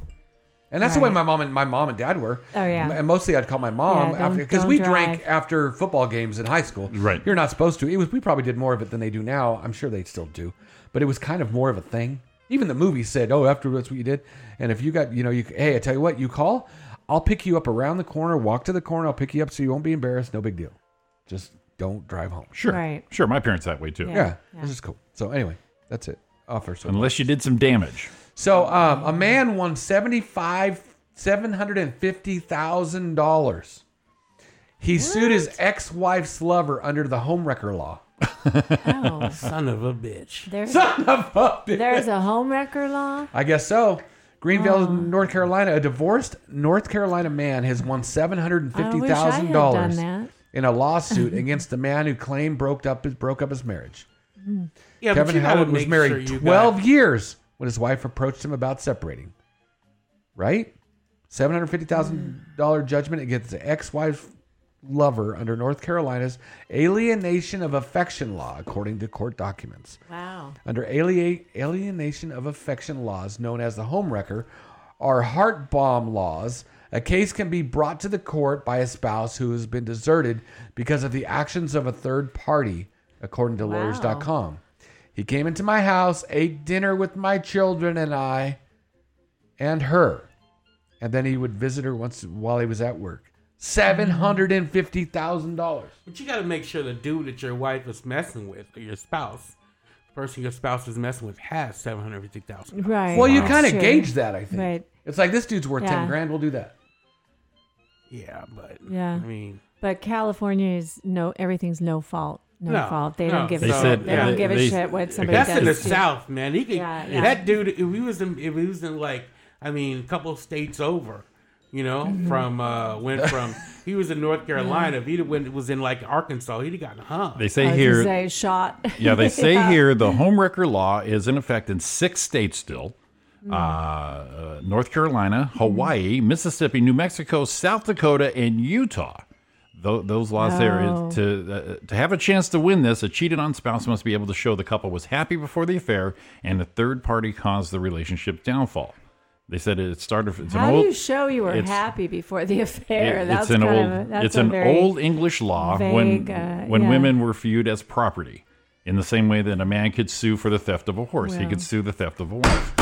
F: And that's the way my mom and my mom and dad were.
I: Oh, yeah.
F: And mostly I'd call my mom
I: Yeah, don't-
F: after because
I: don't
F: we
I: drive.
F: drank after football games in high school.
G: Right.
F: You're not supposed to. It was we probably did more of it than they do now. I'm sure they still do, but it was kind of more of a thing. Even the movie said, "Oh, after that's what you did." And if you got, you know, you hey, I tell you what, you call, I'll pick you up around the corner, walk to the corner, I'll pick you up so you won't be embarrassed. No big deal. Just don't drive home.
G: sure.
I: Right.
G: Sure. My parents that way too.
I: Yeah.
F: Yeah, this is cool. So anyway, that's it. Offer so.
G: Unless you did some damage.
F: So um, a man won seventy five seven hundred and fifty thousand dollars. He sued his ex wife's lover under the homewrecker law.
I: Oh.
H: Son of a bitch.
I: There's,
F: Son of a bitch.
I: there's a home wrecker law.
F: I guess so. Greenville, North Carolina. A divorced North Carolina man has won seven hundred and fifty thousand
I: I wish
F: dollars
I: I had done
F: in a lawsuit against the man who claimed broke up broke up his marriage.
H: Yeah, but
F: Kevin
H: you gotta
F: Howard was
H: make sure
F: married
H: you got-
F: twelve years when his wife approached him about separating. Right, seven hundred fifty thousand dollar judgment against the ex wife's lover under North Carolina's alienation of affection law, according to court documents.
I: that. Wow.
F: Under aliate, alienation of affection laws, known as the homewrecker, are heart bomb laws. A case can be brought to the court by a spouse who has been deserted because of the actions of a third party, according to
I: Wow.
F: lawyers.com. He came into my house, ate dinner with my children and I and her. And then he would visit her once while he was at work. $750,000.
H: But you got to make sure the dude that your wife is messing with, or your spouse, the person your spouse is messing with, has seven hundred fifty thousand.
I: Mm. Right.
F: Well, you
I: that's
F: kind of
I: true.
F: gauge that, I think.
I: Right.
F: It's like this dude's worth
I: Yeah.
F: 10 grand, we'll do that.
H: Yeah, but
I: Yeah.
H: I mean,
I: But California is no, everything's no fault. No,
H: No,
I: fault. They
H: no.
I: don't give a
H: They
I: shit.
H: said-
I: they
H: yeah,
I: don't give a
G: they-
I: shit what somebody
H: that's
I: does.
H: in the
I: to-
H: South, man. He could,
I: Yeah, yeah.
H: That dude, if he was in, if he was in like, I mean, a couple of states over, you know,
I: Mm-hmm.
H: from uh went from he was in North Carolina. If he went, was in like Arkansas, he'd have gotten hung.
G: They
I: I
G: say
I: was
G: here.
I: gonna say shot.
G: Yeah, they say
I: Yeah.
G: here the homewrecker law is in effect in six states still.
I: Hmm.
G: Uh, uh, North Carolina, Hawaii, Mississippi, New Mexico, South Dakota, and Utah. Tho- those laws there
I: Oh.
G: is to uh, to have a chance to win this, a cheated on spouse must be able to show the couple was happy before the affair and a third party caused the relationship downfall. They said it started. It's an
I: How
G: old,
I: do you show you were
G: it's-
I: happy before the affair?
G: it- it's
I: that's
G: an
I: kind
G: old
I: of a, that's
G: it's
I: a
G: an
I: very,
G: old English law when
I: vague, uh,
G: when
I: yeah.
G: women were viewed as property in the same way that a man could sue for the theft of a horse. He
I: Well.
G: could sue the theft of a wife.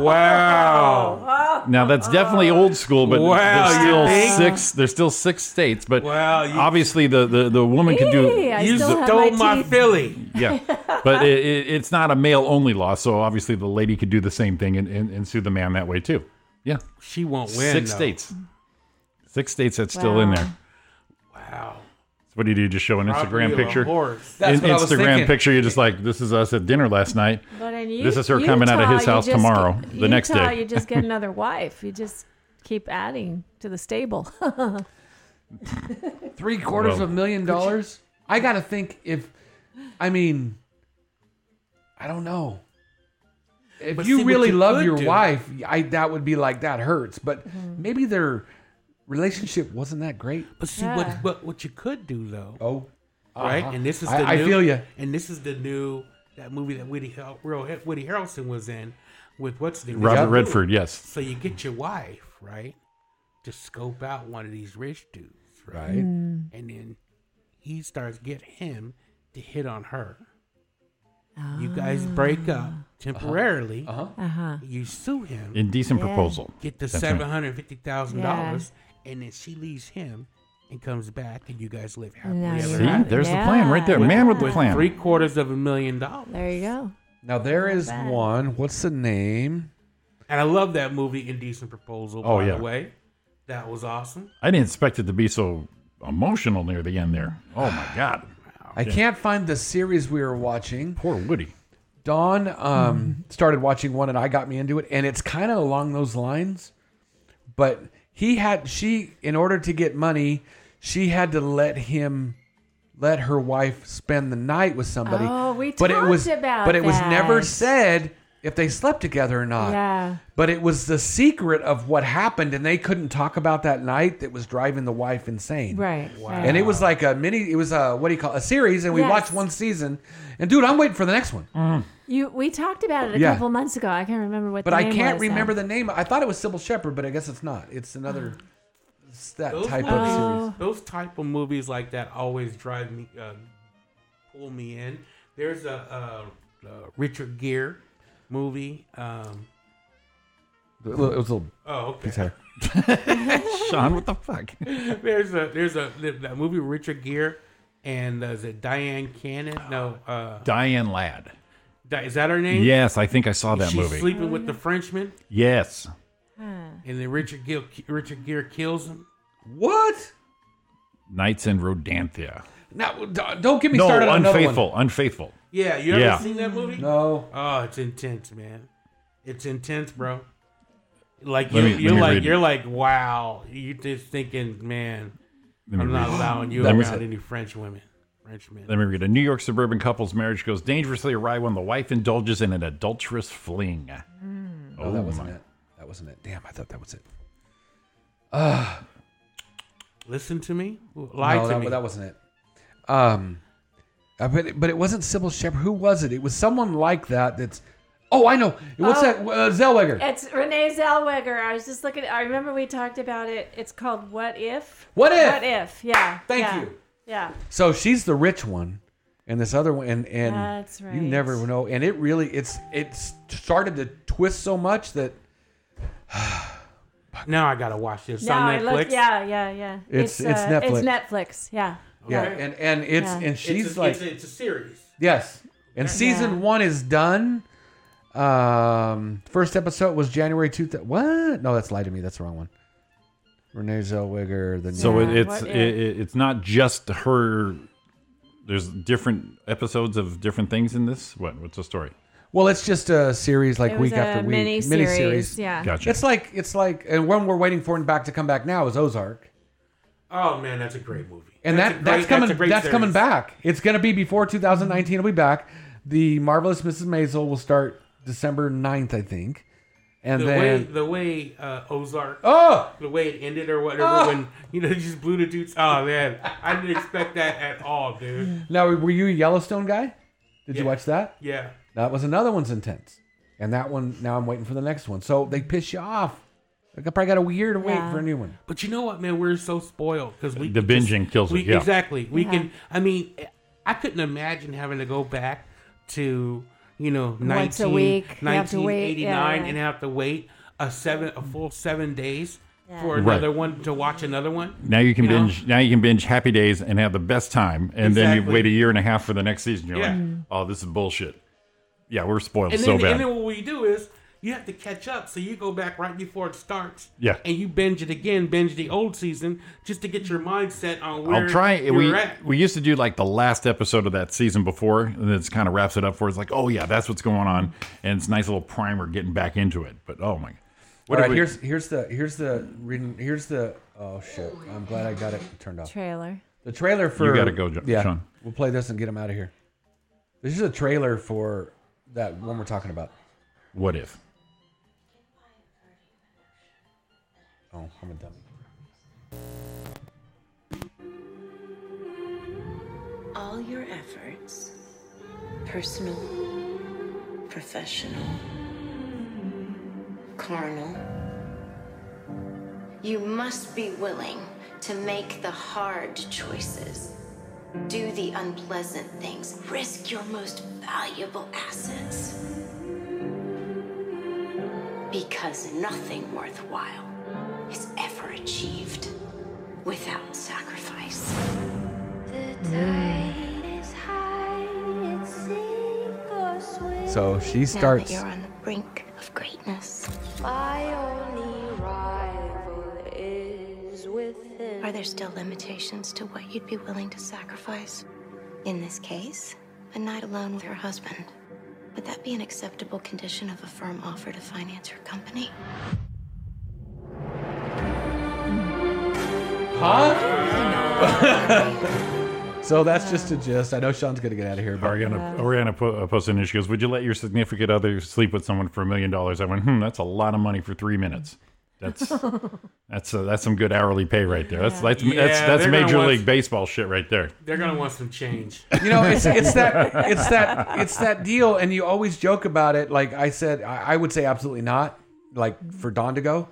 H: wow.
G: Now that's definitely old school, but
H: Wow,
G: there's
H: you
G: still
H: think?
G: six there's still six states, but
H: Wow, you-
G: obviously the, the, the woman could
I: Hey,
G: do
I: I
H: You
I: still have
H: stole
I: my
H: my,
I: teeth.
H: Philly.
G: yeah. But it, it, it's not a male only law, so obviously the lady could do the same thing and, and, and sue the man that way too. Yeah.
H: She won't win.
G: Six
H: though.
G: states. Six states that's still in
I: Wow.
G: there.
H: Wow.
G: What do you do? Just show an
H: Probably
G: Instagram
H: a
G: picture?
H: horse.
G: An
H: That's what I was
G: Instagram
H: thinking.
G: picture. You're just like, this is us at dinner last night.
I: But in U-
G: This is her
I: Utah,
G: coming out of his
I: you
G: house
I: just
G: tomorrow,
I: get-
G: the next
I: Utah,
G: day.
I: you just get another wife. You just keep adding to the stable.
F: Three quarters
G: Well-
F: of a million dollars? I got to think if, I mean, I don't know. If
H: But
F: you
H: see, what
F: really
H: you
F: love
H: could
F: your
H: do- Mm-hmm.
F: wife, I that would be like that hurts. But maybe their relationship wasn't that great.
H: But see
I: Yeah.
H: what, what what you could do though,
F: Oh,
H: right?
F: uh-huh.
H: And this is the
F: I- I
H: new,
F: feel ya.
H: And this is the new that movie that Woody Har- Real- Woody Harrelson was in with what's the
G: Robert Redford, yes.
H: So you get your wife, right? To scope out one of these rich dudes, right?
F: right.
H: And then he starts get him to hit on her. You guys break up temporarily.
F: Uh huh.
I: Uh-huh.
H: You sue him.
G: Indecent
I: Yeah.
G: proposal.
H: get the
G: That's
H: seven
G: right.
H: hundred fifty thousand dollars, and then she leaves him and comes back, and you guys live happily
I: Nice.
H: ever
G: See,
I: Yeah.
H: after.
G: there's the plan right there. Man with the
I: With
G: plan.
H: Three quarters of a million dollars,
I: There you go.
F: Now there
I: Not
F: is
I: bad.
F: one. What's the name?
H: and I love that movie, Indecent Proposal.
G: Oh,
H: by
G: yeah.
H: the way, that was awesome.
G: I didn't expect it to be so emotional near the end there. Oh my God.
F: I can't find the series we were watching.
G: Poor Woody.
F: Dawn
I: Mm-hmm.
F: um, started watching one, and I got me into it, and it's kind of along those lines. But he had she in order to get money, she had to let him let her wife spend the night with somebody.
I: Oh, we
F: but it
I: talked
F: was
I: about
F: but it was
I: that.
F: never said if they slept together or
G: Uh,
F: not.
I: Yeah.
F: But it was the secret of what happened, and they couldn't talk about that night that was driving the wife insane.
I: Right. right.
F: And it was like a mini. It was a what do you call it, a series? And we
I: Yes.
F: watched one season. And dude, I'm waiting for the next one,
I: you we talked about it a
F: Yeah.
I: couple months ago. I can't remember what
F: but
I: the
F: I
I: name
F: can't
I: was uh, now.
F: remember the name. I thought it was Sybil Shepherd, but I guess it's not. It's another it's that
H: Those
F: type
H: movies,
F: of series.
H: those type of movies like that always drive me, uh, pull me in. There's a, uh uh Richard Gere movie. Um,
F: It was a little
H: oh, okay.
F: piece of hair.
G: Sean, what the fuck?
H: there's a there's a that movie with Richard Gere and uh, is it Diane Cannon? No, uh,
G: Diane Ladd.
H: Di- is that her name?
G: Yes, I think I saw that
H: she's
G: movie.
H: sleeping with the Frenchman,
G: yes.
H: and then Richard Gere Richard Gere kills him.
F: What?
G: Knights in Rodanthia.
F: Now, don't don't get me
G: No,
F: started on another one.
G: unfaithful. Unfaithful.
H: Yeah, you ever
G: Yeah.
H: seen that movie?
F: No,
H: Oh, it's intense, man. It's intense, bro. Like you,
G: Let me- let
H: you're
G: me
H: like
G: read it.
H: you're like wow. You're just thinking, man.
G: Let me
H: I'm not
G: read it.
H: allowing you
G: Let me-
H: around any French women, French men.
G: Let me read. A New York suburban couple's marriage goes dangerously awry when the wife indulges in an adulterous fling. Oh,
F: no, that wasn't
G: my.
F: it. That wasn't it. Damn, I thought that was it.
H: Listen to me. Lie
F: no,
H: to
F: that,
H: me.
F: that wasn't it. Um, uh, but but it wasn't Sybil Shepherd. Who was it? It was someone like that. That's oh, I know. What's
I: Oh.
F: that? Uh, Zellweger.
I: It's Renee Zellweger. I was just looking. I remember we talked about it. It's called What If.
F: What If?
I: What If? Yeah.
F: Thank
I: yeah,
F: you.
I: Yeah.
F: So she's the rich one, and this other one, and, and
I: That's
F: you
I: right.
F: never know. And it really, it's it's started to twist so much that
H: now I gotta watch this
I: No,
H: on
I: I
H: Netflix.
I: looked. Yeah, yeah, yeah.
F: It's- it's
I: It's Netflix. Yeah.
F: yeah,
H: Okay.
F: and and it's
I: Yeah.
F: and she's
H: it's a,
F: like
H: it's, a, it's a series.
F: yes, and season
I: Yeah.
F: one is done. Um, first episode was January two. Th- what? No, that's lie to me. That's the wrong one. Renee Zellweger. The
G: So
I: Yeah,
G: it, it's
I: what
G: it, it- it's not just her. There's different episodes of different things in this. What? What's the story?
F: well, it's just a series like
I: It
F: week
I: was a
F: after week,
I: mini
F: miniseries.
I: series. Yeah.
G: Gotcha.
F: It's like it's like, and when we're waiting for him back to come back now is Ozark.
H: Oh man, that's a great movie.
F: and
H: a
F: that
H: great-
F: that's coming
H: a
F: that's,
H: great series.
F: coming back. It's gonna be before 2019. It'll be back. The marvelous Mrs. Maisel will start December 9th, I think, and
H: The
F: then
H: way the way uh, Ozark,
F: oh,
H: the way it ended or whatever,
F: Oh!
H: when you know you just blew the dudes. Oh man, I didn't expect that at all, dude.
F: now were you a Yellowstone guy? Did you
H: Yeah.
F: watch that?
H: Yeah,
F: That was another one's intense, and that one now I'm waiting for the next one. So they piss you off. I probably got a year to wait
I: Yeah.
F: for a new one.
H: but you know what, man? We're so spoiled because we
G: The
H: can just-
G: binging kills
H: we,
G: it, yeah.
H: exactly. We can. I mean, I couldn't imagine having to go back to you know 19,
I: Once a week, you have to wait,
H: 1989
I: yeah.
H: and have to wait a seven a full seven days for
G: Right.
H: another one to watch another one.
G: Now you can
H: You know?
G: binge. Now you can binge Happy Days and have the best time, and then you
H: Exactly.
G: wait a year and a half for the next season. You're
H: Yeah.
G: like, oh, this is bullshit. Yeah, we're spoiled
H: and
G: so
H: then,
G: bad.
H: And then what we do is you have to catch up. So you go back right before it starts.
G: Yeah.
H: And you binge it again, binge the old season, just to get your mindset on where
G: I'll try.
H: you're
G: We
H: at.
G: we used to do like the last episode of that season before, and it's kind of wraps it up for. us. like, oh yeah, that's what's going on, and it's a nice little primer getting back into it. But oh my, what
F: All
G: did
F: right,
G: we-
F: here's here's the here's the reading here's the oh shit. I'm glad I got it turned off.
I: Trailer.
F: The trailer for
G: gotta go, Jo-
F: yeah,
G: Sean.
F: We'll play this and get him out of here. This is a trailer for that one we're talking about.
G: what if?
F: Oh, I'm a dummy.
K: all your efforts personal, professional, carnal you must be willing to make the hard choices, do the unpleasant things, risk your most valuable assets. Because nothing worthwhile is ever achieved without sacrifice.
F: So she
K: Now that
F: starts.
K: you're on the brink of greatness. Are there still limitations to what you'd be willing to sacrifice? In this case, a night alone with her husband. Would that be an acceptable condition of a firm offer to finance her company?
F: So that's just a gist. I know Sean's gonna get out of here, but
G: Ariana Ariana po- uh, posted an issue. Goes, would you let your significant other sleep with someone for a million dollars? I went, hmm, that's a lot of money for three minutes. That's that's uh, that's some good hourly pay right there. That's that's that's,
H: Yeah,
G: that's
H: they're gonna
G: major
H: want-
G: league baseball shit right there.
H: They're gonna want some change.
F: you know it's it's that it's that it's that deal, and you always joke about it. Like I said, I, I would say absolutely not. Like for Dawn to go.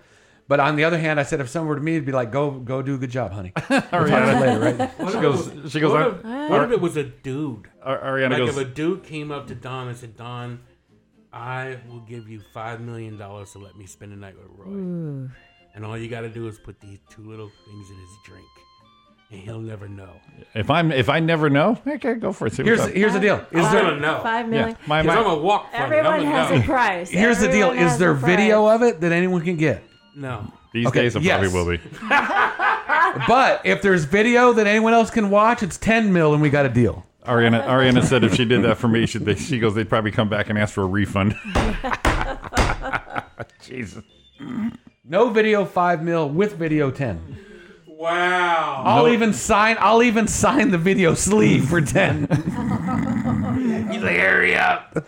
F: But on the other hand, I said if someone were to me, it'd be like, "Go, go, do a good job, honey." We'll talk to you later, right?
G: She goes. She goes.
H: What
G: "Ar-
H: if, what if it was a dude?
G: Ar- Ariana
H: Like
G: goes.
H: if a dude came up to Don and said, Don, I will give you five million dollars to let me spend the night with Roy. And all you gotta do is put these two little things in his drink. And he'll never know.
G: If I'm if I never know, okay, go for it. See what's
F: Here's
G: up.
F: here's the deal. Is
H: I'm
F: there
H: gonna know.
I: Five
G: yeah,
I: million.
G: my,
H: Because
G: my,
H: I'm gonna walk from
I: Everyone
H: it. I'm
I: has
H: gonna
I: a price.
F: Here's the deal.
I: Everyone
F: Is
I: has
F: there
I: a price.
F: video of it that anyone can get?
H: No.
G: these
F: Okay,
G: days it
F: yes.
G: probably will be.
F: But if there's video that anyone else can watch, it's 10 mil and we got a deal.
G: Ariana Ariana said if she did that for me, she they, she goes they'd probably come back and ask for a refund. Jesus.
F: No video 5 mil with video 10.
H: Wow.
F: I'll even sign I'll even sign the video sleeve for 10.
H: Oh, He's like, hurry up.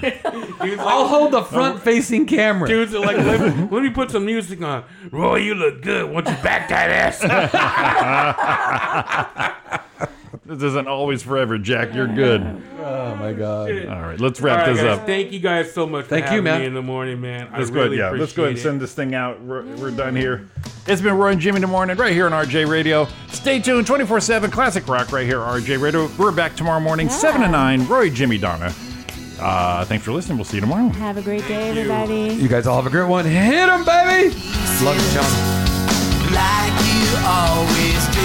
H: Dude's
F: I'll
H: like,
F: hold the front facing camera.
H: dudes are like, let, let me put some music on. Roy, you look good. Won't you back that ass?
G: This isn't always forever, Jack. You're good. All
F: Oh my god.
G: right, let's wrap
H: All right,
G: this
H: guys,
G: up.
H: Thank you guys so much
F: Thank
H: for
F: you,
H: having
F: man.
H: me in the morning, man.
G: Let's
H: I
G: go ahead.
H: really
G: Yeah,
H: appreciate
G: let's go ahead and
H: it.
G: send this thing out. We're, we're done here. It's been Roy and Jimmy in the morning right here on RJ Radio. Stay tuned 24 7 Classic Rock right here on RJ Radio. We're back tomorrow morning, 7 to 9. Roy, Jimmy, Donna. Uh, thanks for listening. We'll see you tomorrow.
I: Have a great day, everybody.
F: You guys all have a great one. Hit 'em, baby. Love you, Sean.
J: Like you always do.